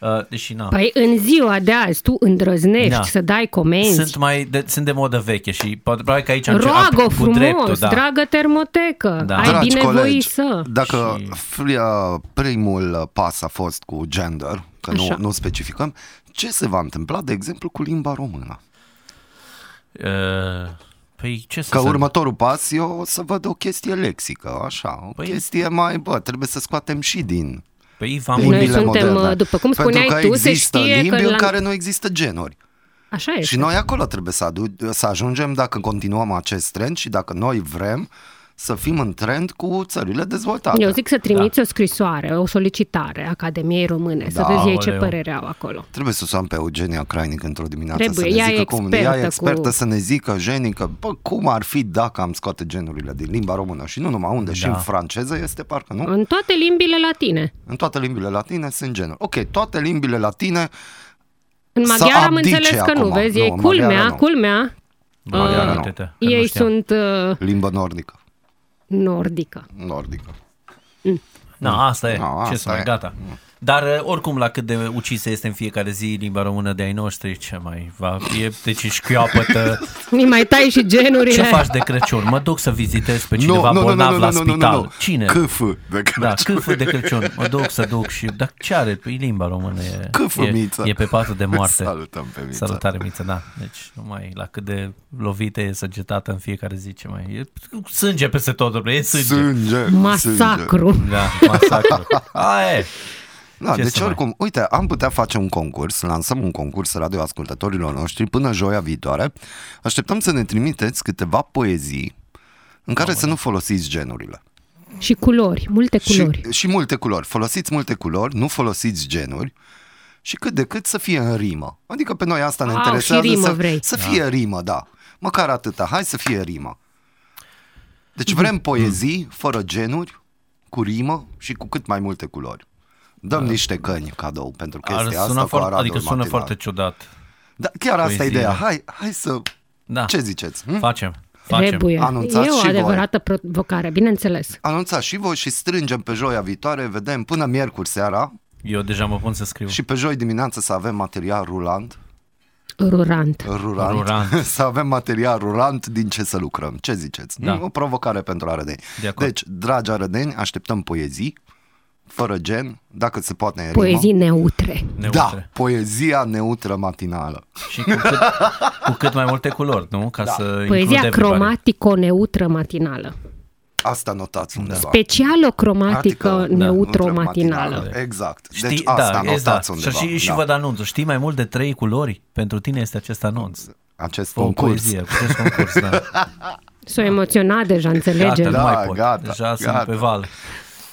Speaker 4: uh, deși na.
Speaker 9: Păi în ziua de azi tu îndrăznești
Speaker 4: Da.
Speaker 9: să dai comenzi.
Speaker 4: Sunt mai de, sunt de modă veche și poate probabil că aici am
Speaker 9: Roagă
Speaker 4: cu
Speaker 9: frumos,
Speaker 4: dreptul, da.
Speaker 9: dragă termotecă,
Speaker 4: Da.
Speaker 9: da. ai
Speaker 3: Dragi
Speaker 9: binevoi
Speaker 3: colegi,
Speaker 9: să.
Speaker 3: dacă fria- primul pas a fost cu gender, că nu,
Speaker 9: Așa.
Speaker 3: nu specificăm, ce se va întâmpla, de exemplu, cu limba română?
Speaker 4: Uh, păi ce să
Speaker 3: Că
Speaker 4: se-
Speaker 3: următorul pas eu o să văd o chestie lexică, așa, o
Speaker 4: Păi-
Speaker 3: chestie mai, bă, trebuie să scoatem și din
Speaker 4: Păi v-am
Speaker 9: Noi
Speaker 3: limbile
Speaker 9: suntem,
Speaker 3: moderne.
Speaker 9: după cum spuneai
Speaker 3: Pentru că
Speaker 9: tu, se
Speaker 3: există
Speaker 9: știe că
Speaker 3: limbi în
Speaker 9: la- Exact.
Speaker 3: care nu există genuri.
Speaker 9: Așa este.
Speaker 3: Și noi acolo trebuie să, adu- să ajungem dacă continuăm acest trend și dacă noi vrem să fim în trend cu țările dezvoltate.
Speaker 9: Eu zic să trimiți
Speaker 4: Da.
Speaker 9: o scrisoare, o solicitare Academiei Române, să
Speaker 3: Da,
Speaker 9: vezi ei ce
Speaker 4: aoleu.
Speaker 9: părere au acolo.
Speaker 3: Trebuie să o sunăm pe Eugenia Crainic într-o dimineață
Speaker 9: Trebuie,
Speaker 3: să ne
Speaker 9: ea e
Speaker 3: zică cum ea
Speaker 9: expertă
Speaker 3: e expertă
Speaker 9: cu-
Speaker 3: să ne zică, Jenny, că bă, cum ar fi dacă am scoate genurile din limba română și nu numai unde, da. și în franceză este parcă, nu?
Speaker 9: În toate limbile latine.
Speaker 3: În toate limbile latine sunt genuri. Ok, toate limbile latine,
Speaker 9: În
Speaker 3: Să
Speaker 9: maghiară am
Speaker 3: abdice
Speaker 9: înțeles că nu,
Speaker 3: acum.
Speaker 9: vezi,
Speaker 3: Nu,
Speaker 9: ei
Speaker 3: în
Speaker 9: culmea,
Speaker 3: maghiară nu.
Speaker 9: culmea,
Speaker 4: Bă,
Speaker 3: Ah.
Speaker 4: ia uite-te, că nu
Speaker 9: ei
Speaker 4: știam.
Speaker 9: sunt uh,
Speaker 3: limbă nordică.
Speaker 9: nordică.
Speaker 3: Nordică.
Speaker 4: Na, asta e,
Speaker 3: Na,
Speaker 4: ce
Speaker 3: Mm. asta
Speaker 4: să mai,
Speaker 3: e. Mm.
Speaker 4: gata. Dar uh, oricum, la cât de ucisă este în fiecare zi limba română de ai noștri, ce mai va fi, deci ești chioapătă.
Speaker 9: Îi mai tai și genurile.
Speaker 4: Ce faci de Crăciun? Mă duc să vizitez pe cineva bolnav la spital. Cine?
Speaker 3: Câf de
Speaker 4: Da,
Speaker 3: Crăciun.
Speaker 4: câful de Crăciun. Mă duc să duc și... Dar ce are? Păi limba română e...
Speaker 3: Câful,
Speaker 4: e,
Speaker 3: Miță.
Speaker 4: E pe patul de moarte.
Speaker 3: Salutăm pe Miță.
Speaker 4: Salutare, Miță, da. Deci, numai la cât de lovită e săgetată în fiecare zi, ce mai... E sânge peste tot, domnule, e sânge.
Speaker 3: Sânge. sânge.
Speaker 9: Masacru.
Speaker 4: Da, masacru. Aia e.
Speaker 3: Da,
Speaker 4: Ce
Speaker 3: deci
Speaker 4: să mai-
Speaker 3: oricum, uite, am putea face un concurs, lansăm un concurs radioascultătorilor noștri până joia viitoare. Așteptăm să ne trimiteți câteva poezii în care să nu folosiți genurile.
Speaker 9: Și culori, multe culori.
Speaker 3: Și, și multe culori. Folosiți multe culori, nu folosiți genuri și cât de cât să fie în rimă. Adică pe noi asta ne
Speaker 9: Au,
Speaker 3: interesează
Speaker 9: și rimă
Speaker 3: să,
Speaker 9: vrei.
Speaker 3: să fie rimă, da. Măcar atâta. Hai să fie rimă. Deci
Speaker 9: Mm-hmm.
Speaker 3: vrem poezii fără genuri, cu rimă și cu cât mai multe culori. Dăm niște căni cadou pentru
Speaker 4: Da. Ar
Speaker 3: chestia
Speaker 4: suna
Speaker 3: asta cu
Speaker 4: foarte,
Speaker 3: Aradul
Speaker 4: adică sună
Speaker 3: matinal.
Speaker 4: foarte ciudat.
Speaker 3: Da, chiar asta e
Speaker 4: poezie.
Speaker 3: ideea. Hai, hai să...
Speaker 4: Da.
Speaker 3: Ce ziceți? Hm?
Speaker 4: Facem. Facem.
Speaker 9: Trebuie.
Speaker 3: Anunțați
Speaker 9: e o
Speaker 3: și voi.
Speaker 9: adevărată provocare, bineînțeles.
Speaker 3: Anunțați și voi și strângem pe joia viitoare, vedem până miercuri seara
Speaker 4: Eu deja mă pun să scriu.
Speaker 3: Mm. și pe joi dimineață să avem material rulant
Speaker 9: Rurant.
Speaker 3: Rurant.
Speaker 4: Rurant.
Speaker 3: să avem material rurant din ce să lucrăm. Ce ziceți?
Speaker 4: Da.
Speaker 3: Da. O provocare pentru arădeni.
Speaker 4: De acord.
Speaker 3: deci, dragi arădeni, așteptăm poezii, fără gen, dacă se poate în
Speaker 9: Poezii
Speaker 3: rimă.
Speaker 9: neutre.
Speaker 3: Da,
Speaker 4: Neutre.
Speaker 3: poezia neutră matinală.
Speaker 4: Și cu cât, cu cât mai multe culori, nu? Ca da. să
Speaker 9: Poezia
Speaker 4: includem pe care-
Speaker 9: cromatico-neutră matinală.
Speaker 4: Da.
Speaker 3: Asta notați undeva.
Speaker 9: Special o cromatică
Speaker 3: Adică,
Speaker 9: neutro
Speaker 3: neutră
Speaker 9: matinală.
Speaker 3: Exact.
Speaker 4: Da, Știi,
Speaker 3: deci asta
Speaker 4: da, e, da.
Speaker 3: notați
Speaker 4: Și,
Speaker 3: undeva.
Speaker 4: și, și
Speaker 3: da.
Speaker 4: văd anunțul. Știi mai mult de trei culori? Pentru tine este acest anunț.
Speaker 3: Acest
Speaker 4: O
Speaker 3: concurs.
Speaker 4: poezie, acest concurs, da.
Speaker 9: S-a emoționat deja, înțelege.
Speaker 4: Gata,
Speaker 3: Da,
Speaker 4: nu mai pot.
Speaker 3: gata,
Speaker 4: Deja sunt
Speaker 3: gata.
Speaker 4: pe val.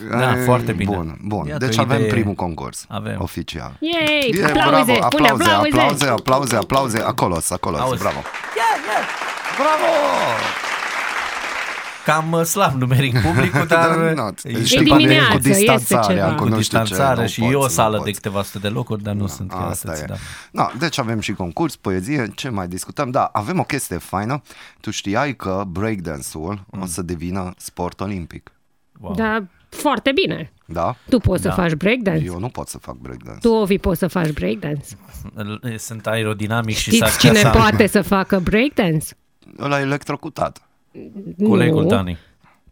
Speaker 4: Da,
Speaker 3: E,
Speaker 4: foarte bine.
Speaker 3: Bun, bun.
Speaker 4: Iată
Speaker 3: Iată deci
Speaker 4: o
Speaker 3: avem
Speaker 4: idee.
Speaker 3: primul concurs.
Speaker 4: Avem.
Speaker 3: Oficial.
Speaker 9: Yay,
Speaker 3: E,
Speaker 9: aplauze,
Speaker 3: bravo,
Speaker 9: pune
Speaker 3: aplauze,
Speaker 9: aplauze.
Speaker 3: aplauze, aplauze, aplauze, acolo, acolo,
Speaker 4: Auzi.
Speaker 3: bravo. Bravo!
Speaker 4: Cam uh, slab numeric publicul, dar...
Speaker 3: Da,
Speaker 4: uh,
Speaker 3: nu,
Speaker 4: e-
Speaker 3: știi,
Speaker 9: E
Speaker 3: poate
Speaker 9: dimineață,
Speaker 3: cu
Speaker 9: este
Speaker 3: distanțarea,
Speaker 9: ceva.
Speaker 3: cu,
Speaker 4: cu
Speaker 3: nu știu ce,
Speaker 4: distanțare
Speaker 3: nu
Speaker 4: și
Speaker 3: poți,
Speaker 4: e o
Speaker 3: nu
Speaker 4: sală
Speaker 3: poți.
Speaker 4: de câteva sute de locuri, dar nu sunt chiar
Speaker 3: Asta
Speaker 4: atâți,
Speaker 3: e.
Speaker 4: da.
Speaker 3: Da, deci avem și concurs, poezie, ce mai discutăm? Da, avem o chestie faină. Tu știai că breakdance-ul
Speaker 4: Mm.
Speaker 3: o să devină sport olimpic,
Speaker 4: Wow.
Speaker 9: Da, foarte bine.
Speaker 3: da?
Speaker 9: Tu poți să faci breakdance.
Speaker 3: Eu nu pot să fac breakdance.
Speaker 9: Tu, Ovi, poți să faci breakdance.
Speaker 4: L- Sunt aerodinamic și s-ar
Speaker 9: Știți cine
Speaker 4: casa
Speaker 9: poate să facă breakdance?
Speaker 3: L-ai electrocutat.
Speaker 4: colegul
Speaker 9: Nu.
Speaker 4: Dani.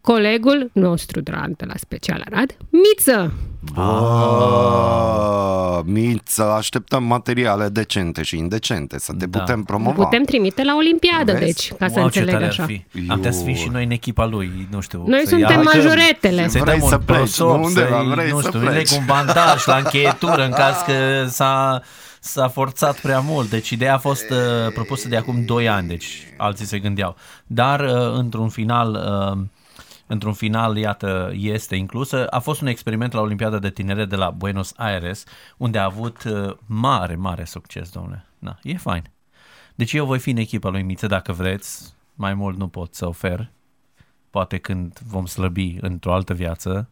Speaker 9: Colegul nostru drag de la Special Arad, Miță.
Speaker 4: Ah.
Speaker 3: Bă, Miță, așteptăm materiale decente și indecente să te
Speaker 4: Da.
Speaker 3: putem promova.
Speaker 9: Putem trimite la Olimpiadă,
Speaker 3: Vezi?
Speaker 9: deci, ca să
Speaker 4: Wow, ce
Speaker 9: înțeleg
Speaker 4: tare ar
Speaker 9: așa.
Speaker 4: fi. Am putea să fim
Speaker 3: Iu.
Speaker 4: și noi în echipa lui, nu știu.
Speaker 9: Noi
Speaker 4: să-i
Speaker 9: suntem
Speaker 4: arătăm,
Speaker 9: majoretele.
Speaker 4: Să-i
Speaker 3: Vrei
Speaker 4: dăm
Speaker 3: să
Speaker 4: un
Speaker 3: pleci,
Speaker 4: prosop,
Speaker 3: nu undeva,
Speaker 4: să-i,
Speaker 3: vrei
Speaker 4: nu
Speaker 3: să
Speaker 4: știu, îi leg
Speaker 3: pleci.
Speaker 4: un bandaj la încheietură în caz că s-a, s-a forțat prea mult. Deci ideea a fost uh, propusă de acum 2 ani, deci alții se gândeau. Dar uh, într-un final... Uh, într-un final, iată, este inclusă. A fost un experiment la Olimpiada de Tinere de la Buenos Aires, unde a avut uh, mare, mare succes, domnule. Na, e fain. Deci eu voi fi în echipa lui Miță dacă vreți, mai mult nu pot să ofer. Poate când vom slăbi într-o altă viață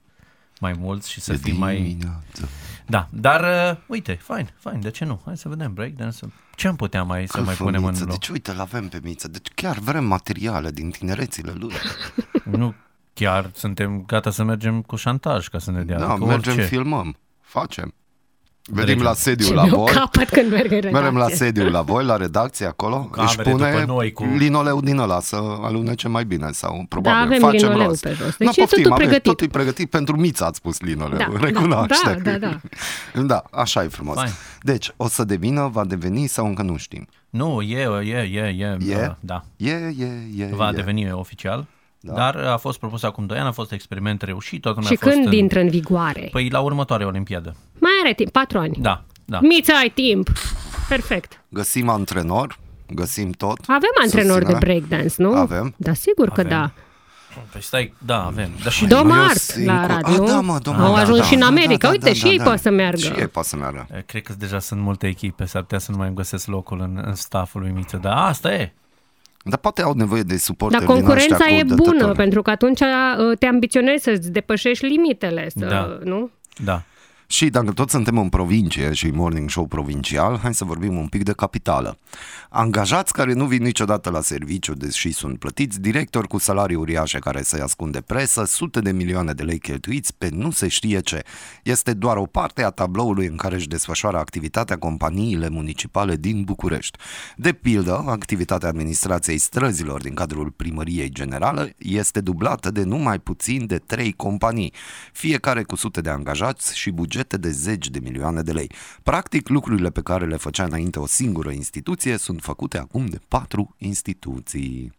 Speaker 4: mai mulți și să fim mai...
Speaker 3: Dimineață.
Speaker 4: Da, dar uh, uite, fain, fain, de ce nu? Hai să vedem breakdance Ce am putea mai să mai
Speaker 3: Că
Speaker 4: punem în
Speaker 3: Miță,
Speaker 4: loc?
Speaker 3: Deci uite, l-avem pe Miță. Deci chiar vrem materiale din tinerețile lui.
Speaker 4: Nu chiar suntem gata să mergem cu șantaj ca să ne dea.
Speaker 3: Da,
Speaker 4: adică
Speaker 3: mergem,
Speaker 4: orice.
Speaker 3: filmăm, facem. Venim
Speaker 4: Dregem.
Speaker 3: la sediu
Speaker 9: Ce
Speaker 3: la
Speaker 9: mi-o
Speaker 3: voi.
Speaker 9: capăt când merg în
Speaker 3: Mergem la
Speaker 9: redacție.
Speaker 3: sediu la voi, la redacție acolo,
Speaker 4: camere
Speaker 3: își pune
Speaker 4: după noi, cu-
Speaker 3: linoleu din ăla să alunece mai bine sau probabil
Speaker 9: Da, avem
Speaker 3: facem
Speaker 9: linoleu
Speaker 3: rost.
Speaker 9: pe jos.
Speaker 3: Na,
Speaker 9: Deci e
Speaker 3: poftim,
Speaker 9: totul
Speaker 3: avem-
Speaker 9: pregătit.
Speaker 3: Totul e pregătit pentru mița, ați spus linoleu,
Speaker 9: Da, da,
Speaker 3: recunoaște.
Speaker 9: da, da,
Speaker 3: da, așa e frumos.
Speaker 4: Fain.
Speaker 3: Deci, o să devină, va deveni sau încă nu știm.
Speaker 4: Nu, e, e, e, e,
Speaker 3: E?
Speaker 4: uh, da.
Speaker 3: E, e, e,
Speaker 4: Va
Speaker 3: e.
Speaker 4: deveni oficial. Da. Dar a fost propus acum 2 ani, a fost experiment reușit, toată lumea
Speaker 9: Și
Speaker 4: a fost
Speaker 9: când
Speaker 4: în...
Speaker 9: intră în vigoare?
Speaker 4: Păi la următoarea olimpiadă.
Speaker 9: Mai are timp, patru ani.
Speaker 4: Da, da.
Speaker 9: Miță, ai timp. Perfect.
Speaker 3: Găsim antrenor, găsim tot.
Speaker 9: Avem antrenori de
Speaker 3: Susținere.
Speaker 9: breakdance, nu?
Speaker 3: da? Avem.
Speaker 9: Da, sigur că
Speaker 4: Avem.
Speaker 9: da.
Speaker 4: Păi stai, da, avem. Dar și
Speaker 9: Dom
Speaker 3: Eu
Speaker 9: Art
Speaker 3: sigur-
Speaker 9: la Arad,
Speaker 3: Ah,
Speaker 9: nu?
Speaker 3: da, mă, Dom
Speaker 9: Au
Speaker 3: Art,
Speaker 9: ajuns
Speaker 3: da,
Speaker 9: și în
Speaker 3: da,
Speaker 9: America.
Speaker 3: da,
Speaker 9: Uite,
Speaker 3: da,
Speaker 9: și
Speaker 3: da,
Speaker 9: ei
Speaker 3: da.
Speaker 9: pot să meargă.
Speaker 3: Și ei poate să meargă.
Speaker 4: Eh, Cred că deja sunt multe echipe, s-ar putea să nu mai îmi găsesc locul în, în stafful lui Miță, dar asta e.
Speaker 3: Dar poate au nevoie de suport.
Speaker 9: Dar concurența e bună, pentru că atunci uh, te ambiționezi să-ți depășești limitele, să,
Speaker 4: Da.
Speaker 9: nu?
Speaker 4: Da.
Speaker 3: Și dacă tot suntem în provincie și morning show provincial, hai să vorbim un pic de capitală. Angajați care nu vin niciodată la serviciu, deși sunt plătiți, directori cu salarii uriașe care să-i ascunde presă, sute de milioane de lei cheltuiți pe nu se știe ce. Este doar o parte a tabloului în care își desfășoară activitatea companiile municipale din București. De pildă, activitatea administrației străzilor din cadrul primăriei generale este dublată de nu mai puțin de trei companii, fiecare cu sute de angajați și bugete de zeci de milioane de lei. Practic, lucrurile pe care le făcea înainte o singură instituție sunt făcute acum de patru instituții.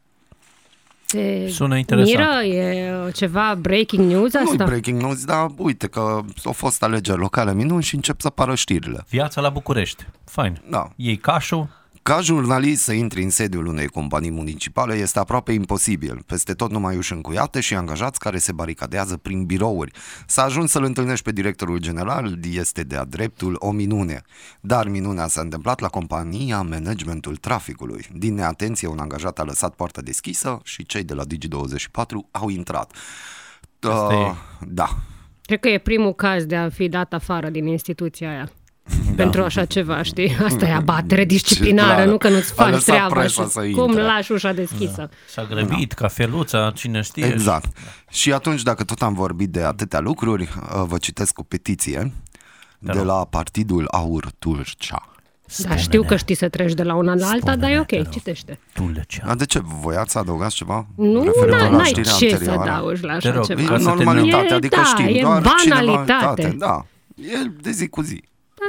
Speaker 9: Se
Speaker 4: Sună interesant.
Speaker 9: Miră, e uh, ceva breaking news
Speaker 3: Nu-i
Speaker 9: Da, asta?
Speaker 3: breaking news, dar uite că au fost alegeri locale minuni și încep să apară știrile.
Speaker 4: Viața la București. Fain.
Speaker 3: Da.
Speaker 4: Ei cașul,
Speaker 3: Ca jurnalist să intri în sediul unei companii municipale este aproape imposibil. Peste tot numai uși încuiate și angajați care se baricadează prin birouri. Să ajungi să-l întâlnești pe directorul general este de-a dreptul o minune. Dar minunea s-a întâmplat la compania Managementul Traficului. Din neatenție, un angajat a lăsat poarta deschisă și cei de la Digi24 au intrat.
Speaker 4: Asta e.
Speaker 3: da,
Speaker 9: Cred că e primul caz de a fi dat afară din instituția aia.
Speaker 4: Da.
Speaker 9: Pentru așa ceva, știi? Asta e abatere disciplinară,
Speaker 3: Disciplinară.
Speaker 9: nu că nu-ți
Speaker 3: A
Speaker 9: faci
Speaker 3: lăsat
Speaker 9: treaba
Speaker 3: presa
Speaker 9: și
Speaker 3: să
Speaker 9: cum
Speaker 3: intre.
Speaker 9: lași ușa deschisă.
Speaker 4: s-a grăbit, cafeluța, cine știe.
Speaker 3: Da.
Speaker 4: da.
Speaker 3: Exact. Și atunci, dacă tot am vorbit de atâtea lucruri, uh, vă citesc o petiție de
Speaker 4: rog.
Speaker 3: la Partidul Aur Tulcea.
Speaker 9: Dar știu că știi să treci de la una la alta, Da, dar e
Speaker 4: Da. Spune-ne, te
Speaker 9: ok,
Speaker 4: rog.
Speaker 9: citește.
Speaker 4: Tulcea.
Speaker 3: Dar de ce? Voiați să adăugați ceva?
Speaker 9: Nu,
Speaker 3: Referitor la
Speaker 9: n- n-ai
Speaker 3: știrea
Speaker 9: ce să
Speaker 3: anterioară?
Speaker 9: adaugi la
Speaker 4: Te
Speaker 9: așa
Speaker 4: rog,
Speaker 9: ceva.
Speaker 4: ca
Speaker 3: E
Speaker 4: să te
Speaker 3: normalitate,
Speaker 9: E,
Speaker 3: adică
Speaker 9: da,
Speaker 3: știm,
Speaker 9: e
Speaker 3: doar
Speaker 9: banalitate.
Speaker 3: cineva... Da, e de zi cu zi.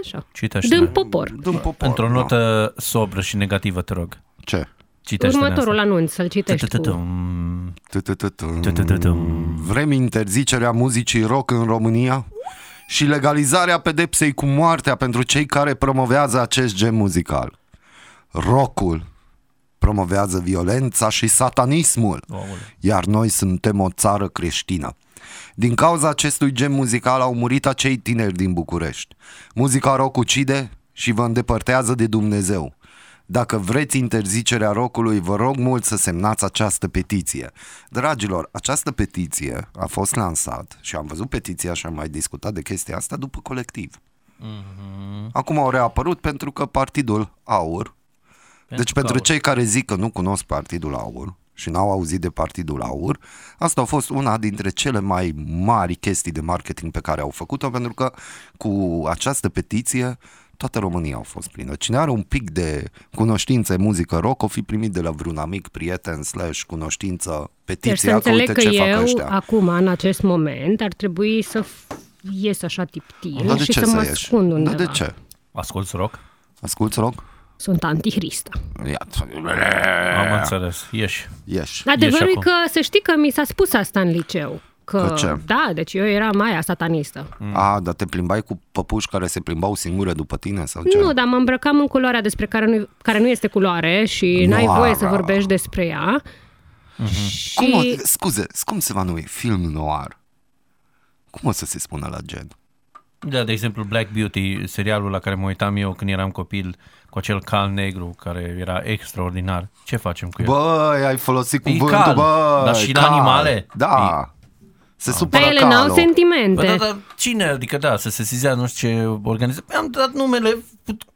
Speaker 9: Așa.
Speaker 4: Citește-ne.
Speaker 9: Dând popor.
Speaker 3: Dăm popor.
Speaker 4: Într-o
Speaker 3: da.
Speaker 4: notă sobră și negativă, te rog.
Speaker 3: Ce?
Speaker 4: Citește
Speaker 9: Următorul anunț, să-l citești tu.
Speaker 3: Tu-tu-tu-tum.
Speaker 4: Tu-tu-tu-tum.
Speaker 3: Vrem interzicerea muzicii rock în România și legalizarea pedepsei cu moartea pentru cei care promovează acest gen muzical. Rockul promovează violența și satanismul, iar noi suntem o țară creștină. Din cauza acestui gen muzical au murit acei tineri din București. Muzica rock ucide și vă îndepărtează de Dumnezeu. Dacă vreți interzicerea rocului, vă rog mult să semnați această petiție. Dragilor, această petiție a fost lansat și am văzut petiția și am mai discutat de chestia asta după colectiv. Acum au reapărut pentru că Partidul Aur, deci
Speaker 4: că
Speaker 3: pentru
Speaker 4: Aur.
Speaker 3: cei care zic că nu cunosc Partidul Aur și n-au auzit de Partidul Aur, asta a fost una dintre cele mai mari chestii de marketing pe care au făcut-o, pentru că cu această petiție toată România a fost plină. Cine are un pic de cunoștințe muzică rock, o fi primit de la vreun amic, prieten, slash, cunoștință,
Speaker 9: Deci să
Speaker 3: petiția, că
Speaker 9: înțeleg
Speaker 3: uite
Speaker 9: că
Speaker 3: ce fac
Speaker 9: eu,
Speaker 3: ăștia.
Speaker 9: acum, în acest moment, ar trebui să f- ies așa tiptil
Speaker 3: Dar de
Speaker 9: și
Speaker 3: ce
Speaker 9: să,
Speaker 3: să
Speaker 9: mă
Speaker 3: ieși?
Speaker 9: ascund undeva.
Speaker 3: Dar de ce?
Speaker 4: Asculți rock?
Speaker 3: Asculți rock?
Speaker 9: Sunt antihristă.
Speaker 3: Iată.
Speaker 9: Da.
Speaker 4: Am înțeles. Ieși.
Speaker 3: Ieși.
Speaker 9: Adevărul e
Speaker 4: acum.
Speaker 9: că să știi că mi s-a spus asta în liceu. Că,
Speaker 3: Că ce?
Speaker 9: Da, deci eu eram aia satanistă.
Speaker 3: A, dar te plimbai cu păpuși care se plimbau singure după tine sau ce?
Speaker 9: Ce? Nu, dar mă îmbrăcam în culoarea despre care nu, care nu este culoare și n-ai
Speaker 3: Noara.
Speaker 9: voie să vorbești despre ea.
Speaker 3: Mhm.
Speaker 9: Și...
Speaker 3: Cum o, scuze, cum se va numi film noir? Cum o să se spună la gen?
Speaker 4: Da, de exemplu Black Beauty, serialul la care mă uitam eu când eram copil, cu acel cal negru care era extraordinar. Ce facem cu el?
Speaker 3: Băi, ai folosit
Speaker 4: E
Speaker 3: cuvântul,
Speaker 4: cal,
Speaker 3: băi,
Speaker 4: dar și la
Speaker 3: cal.
Speaker 4: animale. Ah.
Speaker 3: Da. Se
Speaker 9: Dar
Speaker 3: supără
Speaker 9: ele
Speaker 3: calul.
Speaker 9: n-au
Speaker 4: Bă,
Speaker 9: sentimente.
Speaker 4: da, dar cine, adică da, să se sizea nu știu ce organizație. Am dat numele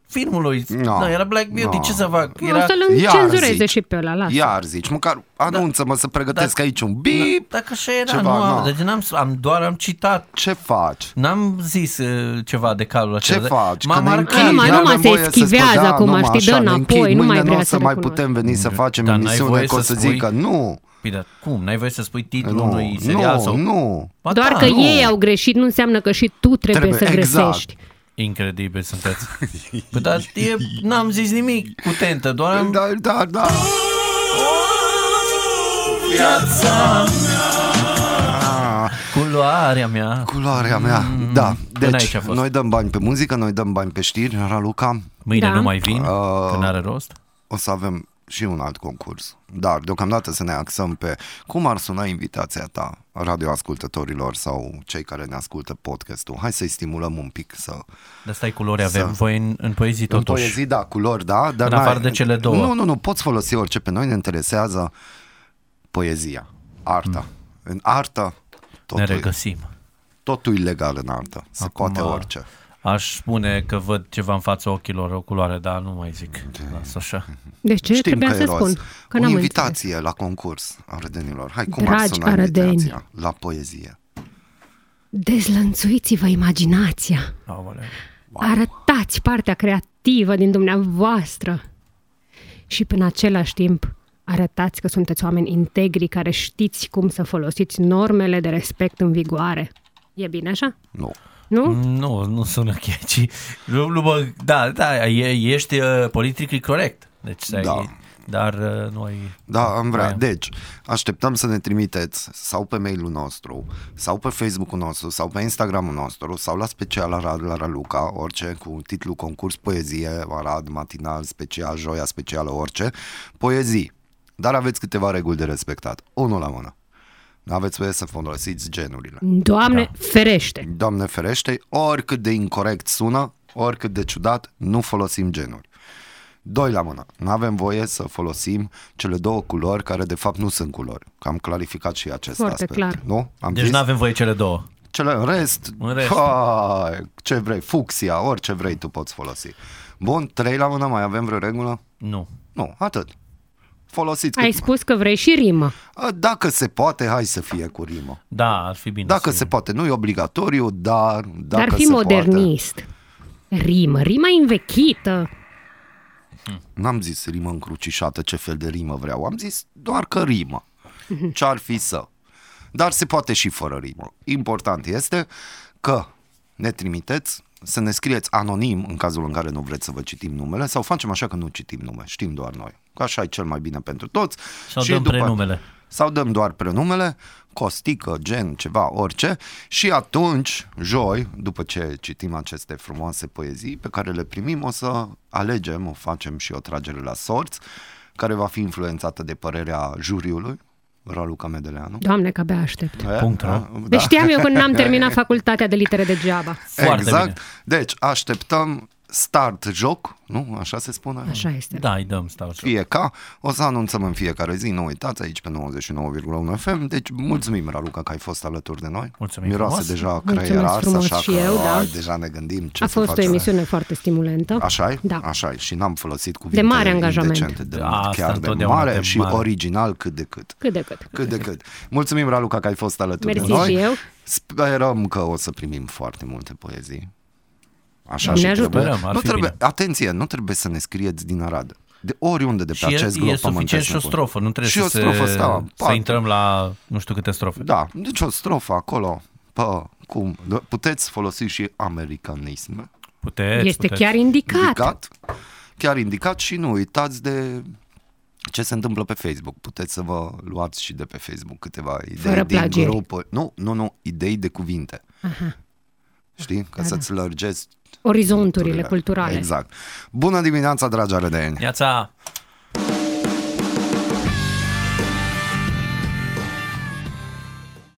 Speaker 4: filmului.
Speaker 3: No.
Speaker 4: Da, era Black Beauty,
Speaker 3: No.
Speaker 4: ce să fac?
Speaker 9: Era... O
Speaker 4: Era...
Speaker 9: să-l
Speaker 3: Iar
Speaker 9: cenzureze
Speaker 3: zici.
Speaker 9: și pe ăla, lasă.
Speaker 3: Iar zici, măcar anunță-mă să pregătesc
Speaker 4: Da.
Speaker 3: aici un bip.
Speaker 4: Dacă așa era,
Speaker 3: Ceva,
Speaker 4: nu am,
Speaker 3: no.
Speaker 4: deci n-am, am, doar am citat.
Speaker 3: Ce faci?
Speaker 4: N-am zis eh, ceva de calul
Speaker 3: Ce
Speaker 4: acela. dar
Speaker 3: faci?
Speaker 4: M-am
Speaker 3: ne
Speaker 4: marcat.
Speaker 3: închid,
Speaker 9: Numai-
Speaker 3: n-avem
Speaker 9: numai se
Speaker 3: voie să-ți
Speaker 9: eschivează
Speaker 3: spun, da,
Speaker 9: acum,
Speaker 3: numai
Speaker 9: știi,
Speaker 3: așa, ne
Speaker 9: dă înapoi,
Speaker 3: închid,
Speaker 9: nu
Speaker 3: mâine
Speaker 9: mai
Speaker 3: n-o
Speaker 9: vrea
Speaker 3: să
Speaker 9: să
Speaker 3: mai
Speaker 9: recunoască.
Speaker 3: putem veni să facem
Speaker 4: Dar n-ai
Speaker 3: emisiune
Speaker 4: voie
Speaker 3: că o
Speaker 4: să
Speaker 3: să
Speaker 4: spui-
Speaker 3: zică nu,
Speaker 4: Păi, dar cum? N-ai voie să spui titlul
Speaker 3: nu,
Speaker 4: unui serial
Speaker 3: nu,
Speaker 4: sau...
Speaker 3: nu.
Speaker 4: Ba
Speaker 9: Doar
Speaker 4: da,
Speaker 9: că
Speaker 4: nu.
Speaker 9: ei au greșit, nu înseamnă că și tu trebuie,
Speaker 3: Trebuie,
Speaker 9: să
Speaker 3: exact.
Speaker 9: greșești.
Speaker 4: Incredibil sunteți. Bă, dar e, n-am zis nimic cu tentă, doar am...
Speaker 3: Da, da, da.
Speaker 4: Culoarea mea.
Speaker 3: Culoarea mea, da.
Speaker 4: Mm, aici
Speaker 3: Deci,
Speaker 4: a fost.
Speaker 3: noi dăm bani pe muzică, noi dăm bani pe știri, Raluca.
Speaker 4: Mâine
Speaker 9: Da.
Speaker 4: nu mai vin,
Speaker 3: Ah.
Speaker 4: că n-are rost.
Speaker 3: O să avem și un alt concurs. Dar deocamdată să ne axăm pe cum ar suna invitația ta radioascultătorilor sau cei care ne ascultă podcastul. Hai să-i stimulăm un pic să...
Speaker 4: Dar stai, culori avem. Voi în, în poezii
Speaker 3: În
Speaker 4: totuși.
Speaker 3: poezii, da, culori, da, dar
Speaker 4: În afară
Speaker 3: n-ai-
Speaker 4: de cele două.
Speaker 3: Nu, nu, nu, poți folosi orice. Pe noi ne interesează poezia, arta. Mm. În artă
Speaker 4: ne
Speaker 3: totul,
Speaker 4: regăsim.
Speaker 3: totul e legal în artă. Se
Speaker 4: Acum,
Speaker 3: poate orice.
Speaker 4: Aș spune că văd ceva în fața ochilor, o culoare, dar nu mai zic. Las așa.
Speaker 9: De Deci ce?
Speaker 3: Știm
Speaker 9: Trebuia
Speaker 3: că e
Speaker 9: să
Speaker 3: roz.
Speaker 9: spun. Că
Speaker 3: o
Speaker 9: n-am
Speaker 3: invitație la concurs arădenilor. Hai, cum ar
Speaker 9: Dragi
Speaker 3: suna
Speaker 9: arădeni.
Speaker 3: invitația la poezie?
Speaker 9: înțeles. Dezlănțuiți-vă imaginația.
Speaker 4: Aoleu.
Speaker 9: Arătați partea creativă din dumneavoastră. Și până același timp, arătați că sunteți oameni integri care știți cum să folosiți normele de respect în vigoare. E bine așa?
Speaker 3: Nu.
Speaker 9: Nu? Mm.
Speaker 4: Nu, nu sună chiar, ci... Nu, nu mă, da, da, e, ești uh, politic corect. Deci, stai,
Speaker 3: Da.
Speaker 4: Dar uh, nu ai...
Speaker 3: Da, am vrea.
Speaker 4: Aia.
Speaker 3: Deci, așteptăm să ne trimiteți sau pe mailul nostru, sau pe Facebook-ul nostru, sau pe Instagram-ul nostru, sau la special la, Ra- la Raluca, orice, cu titlul concurs poezie, Arad, matinal, special, joia specială, orice, poezii. Dar aveți câteva reguli de respectat. Unul la mână. Nu aveți voie să folosiți genurile.
Speaker 9: Doamne, da. ferește!
Speaker 3: Doamne ferește, oricât de incorrect sună, oricât de ciudat, nu folosim genuri. Doi la mână. Nu avem voie să folosim cele două culori care de fapt nu sunt culori. Că am clarificat și acest
Speaker 9: Foarte
Speaker 3: aspect.
Speaker 9: clar.
Speaker 3: Nu? Am
Speaker 4: Deci
Speaker 3: zis?
Speaker 4: nu avem voie cele două.
Speaker 3: Cele în rest,
Speaker 4: În rest.
Speaker 3: Hai, ce vrei, fucsia, orice vrei tu poți folosi. Bun, trei la mână, mai avem vreo regulă?
Speaker 4: Nu.
Speaker 3: Nu, atât. Folosiți
Speaker 9: Ai
Speaker 3: cât...
Speaker 9: spus că vrei și rimă.
Speaker 3: Dacă se poate, hai să fie cu rimă.
Speaker 4: Da, ar fi bine.
Speaker 3: Dacă
Speaker 4: să-
Speaker 3: se poate, nu e obligatoriu, dar dacă
Speaker 9: Dacă Dar fi
Speaker 3: se Poate,
Speaker 9: modernist. Rimă, rima e învechită.
Speaker 3: N-am zis rimă încrucișată, ce fel de rimă vreau. Am zis doar că rimă. Ce ar fi să. Dar se poate și fără rimă. Important este că ne trimiteți să ne scrieți anonim în cazul în care nu vreți să vă citim numele sau facem așa că nu citim nume, știm doar noi. Că așa e cel mai bine pentru toți.
Speaker 4: Sau dăm prenumele.
Speaker 3: Sau dăm doar prenumele, costică, gen, ceva, orice. Și atunci, joi, după ce citim aceste frumoase poezii pe care le primim, o să alegem, o facem și o tragere la sorți care va fi influențată de părerea juriului, Raluca Medeleanu.
Speaker 9: Doamne, că abia aștept.
Speaker 4: Punct,
Speaker 3: Da,
Speaker 4: nu?
Speaker 9: Da. Deci știam eu când n-am terminat facultatea de litere degeaba.
Speaker 4: Foarte
Speaker 3: exact.
Speaker 4: bine.
Speaker 3: Deci, așteptăm start joc, nu? Așa se spune?
Speaker 9: Așa este.
Speaker 4: Da, îi dăm stau.
Speaker 3: Fie ca, o să anunțăm în fiecare zi, nu uitați, aici pe 99,1 FM. Deci, mulțumim, Raluca, că ai fost alături de noi.
Speaker 4: Mulțumim
Speaker 3: Miroase
Speaker 4: frumos.
Speaker 3: deja
Speaker 9: Mulțumesc
Speaker 3: creier ars,
Speaker 9: frumos
Speaker 3: așa
Speaker 9: și
Speaker 3: că
Speaker 9: eu, da.
Speaker 3: ai, deja ne gândim ce
Speaker 9: A
Speaker 3: să
Speaker 9: fost o
Speaker 3: facem.
Speaker 9: emisiune foarte stimulentă.
Speaker 3: Așa e?
Speaker 9: Da.
Speaker 3: Așa e. Și n-am folosit cuvinte
Speaker 9: De mare angajament.
Speaker 3: indecente, de
Speaker 4: Da,
Speaker 3: mult,
Speaker 4: asta
Speaker 3: chiar de
Speaker 4: întotdeauna,
Speaker 3: mare
Speaker 4: de
Speaker 3: și
Speaker 4: mare.
Speaker 3: original cât de cât.
Speaker 9: Cât de cât.
Speaker 3: Cât de cât. Mulțumim, Raluca, că ai fost alături
Speaker 9: Mersi
Speaker 3: de noi.
Speaker 9: și eu.
Speaker 3: Sperăm că o să primim foarte multe poezii. Așa
Speaker 9: Doamne
Speaker 3: și
Speaker 9: ajută.
Speaker 3: trebuie.
Speaker 4: Sperăm, ar
Speaker 3: nu
Speaker 4: fi
Speaker 3: trebuie,
Speaker 4: bine.
Speaker 3: atenție, nu trebuie să ne scrieți din Arad. De oriunde de pe
Speaker 4: Și
Speaker 3: acest
Speaker 4: e,
Speaker 3: glob
Speaker 4: e suficient
Speaker 3: pământesc
Speaker 4: și o
Speaker 3: ne pun.
Speaker 4: strofă, nu trebuie
Speaker 3: Și
Speaker 4: să,
Speaker 3: o strofă,
Speaker 4: se,
Speaker 3: da,
Speaker 4: să
Speaker 3: patru.
Speaker 4: intrăm la nu știu câte strofe.
Speaker 3: Da, deci o strofă acolo. Pă, cum? Puteți folosi și americanism.
Speaker 4: Puteți,
Speaker 9: Este
Speaker 4: puteți.
Speaker 9: chiar indicat.
Speaker 3: indicat. Chiar indicat și nu uitați de ce se întâmplă pe Facebook. Puteți să vă luați și de pe Facebook câteva idei
Speaker 9: Fără
Speaker 3: din
Speaker 9: plagieri.
Speaker 3: grupă. Nu, nu, nu, idei de cuvinte. Aha. Știi? Ca să-ți lărgeți
Speaker 9: Orizonturile culturale.
Speaker 3: esatto. Exact. Bună dimineața, dragi arădeni!
Speaker 4: Neața!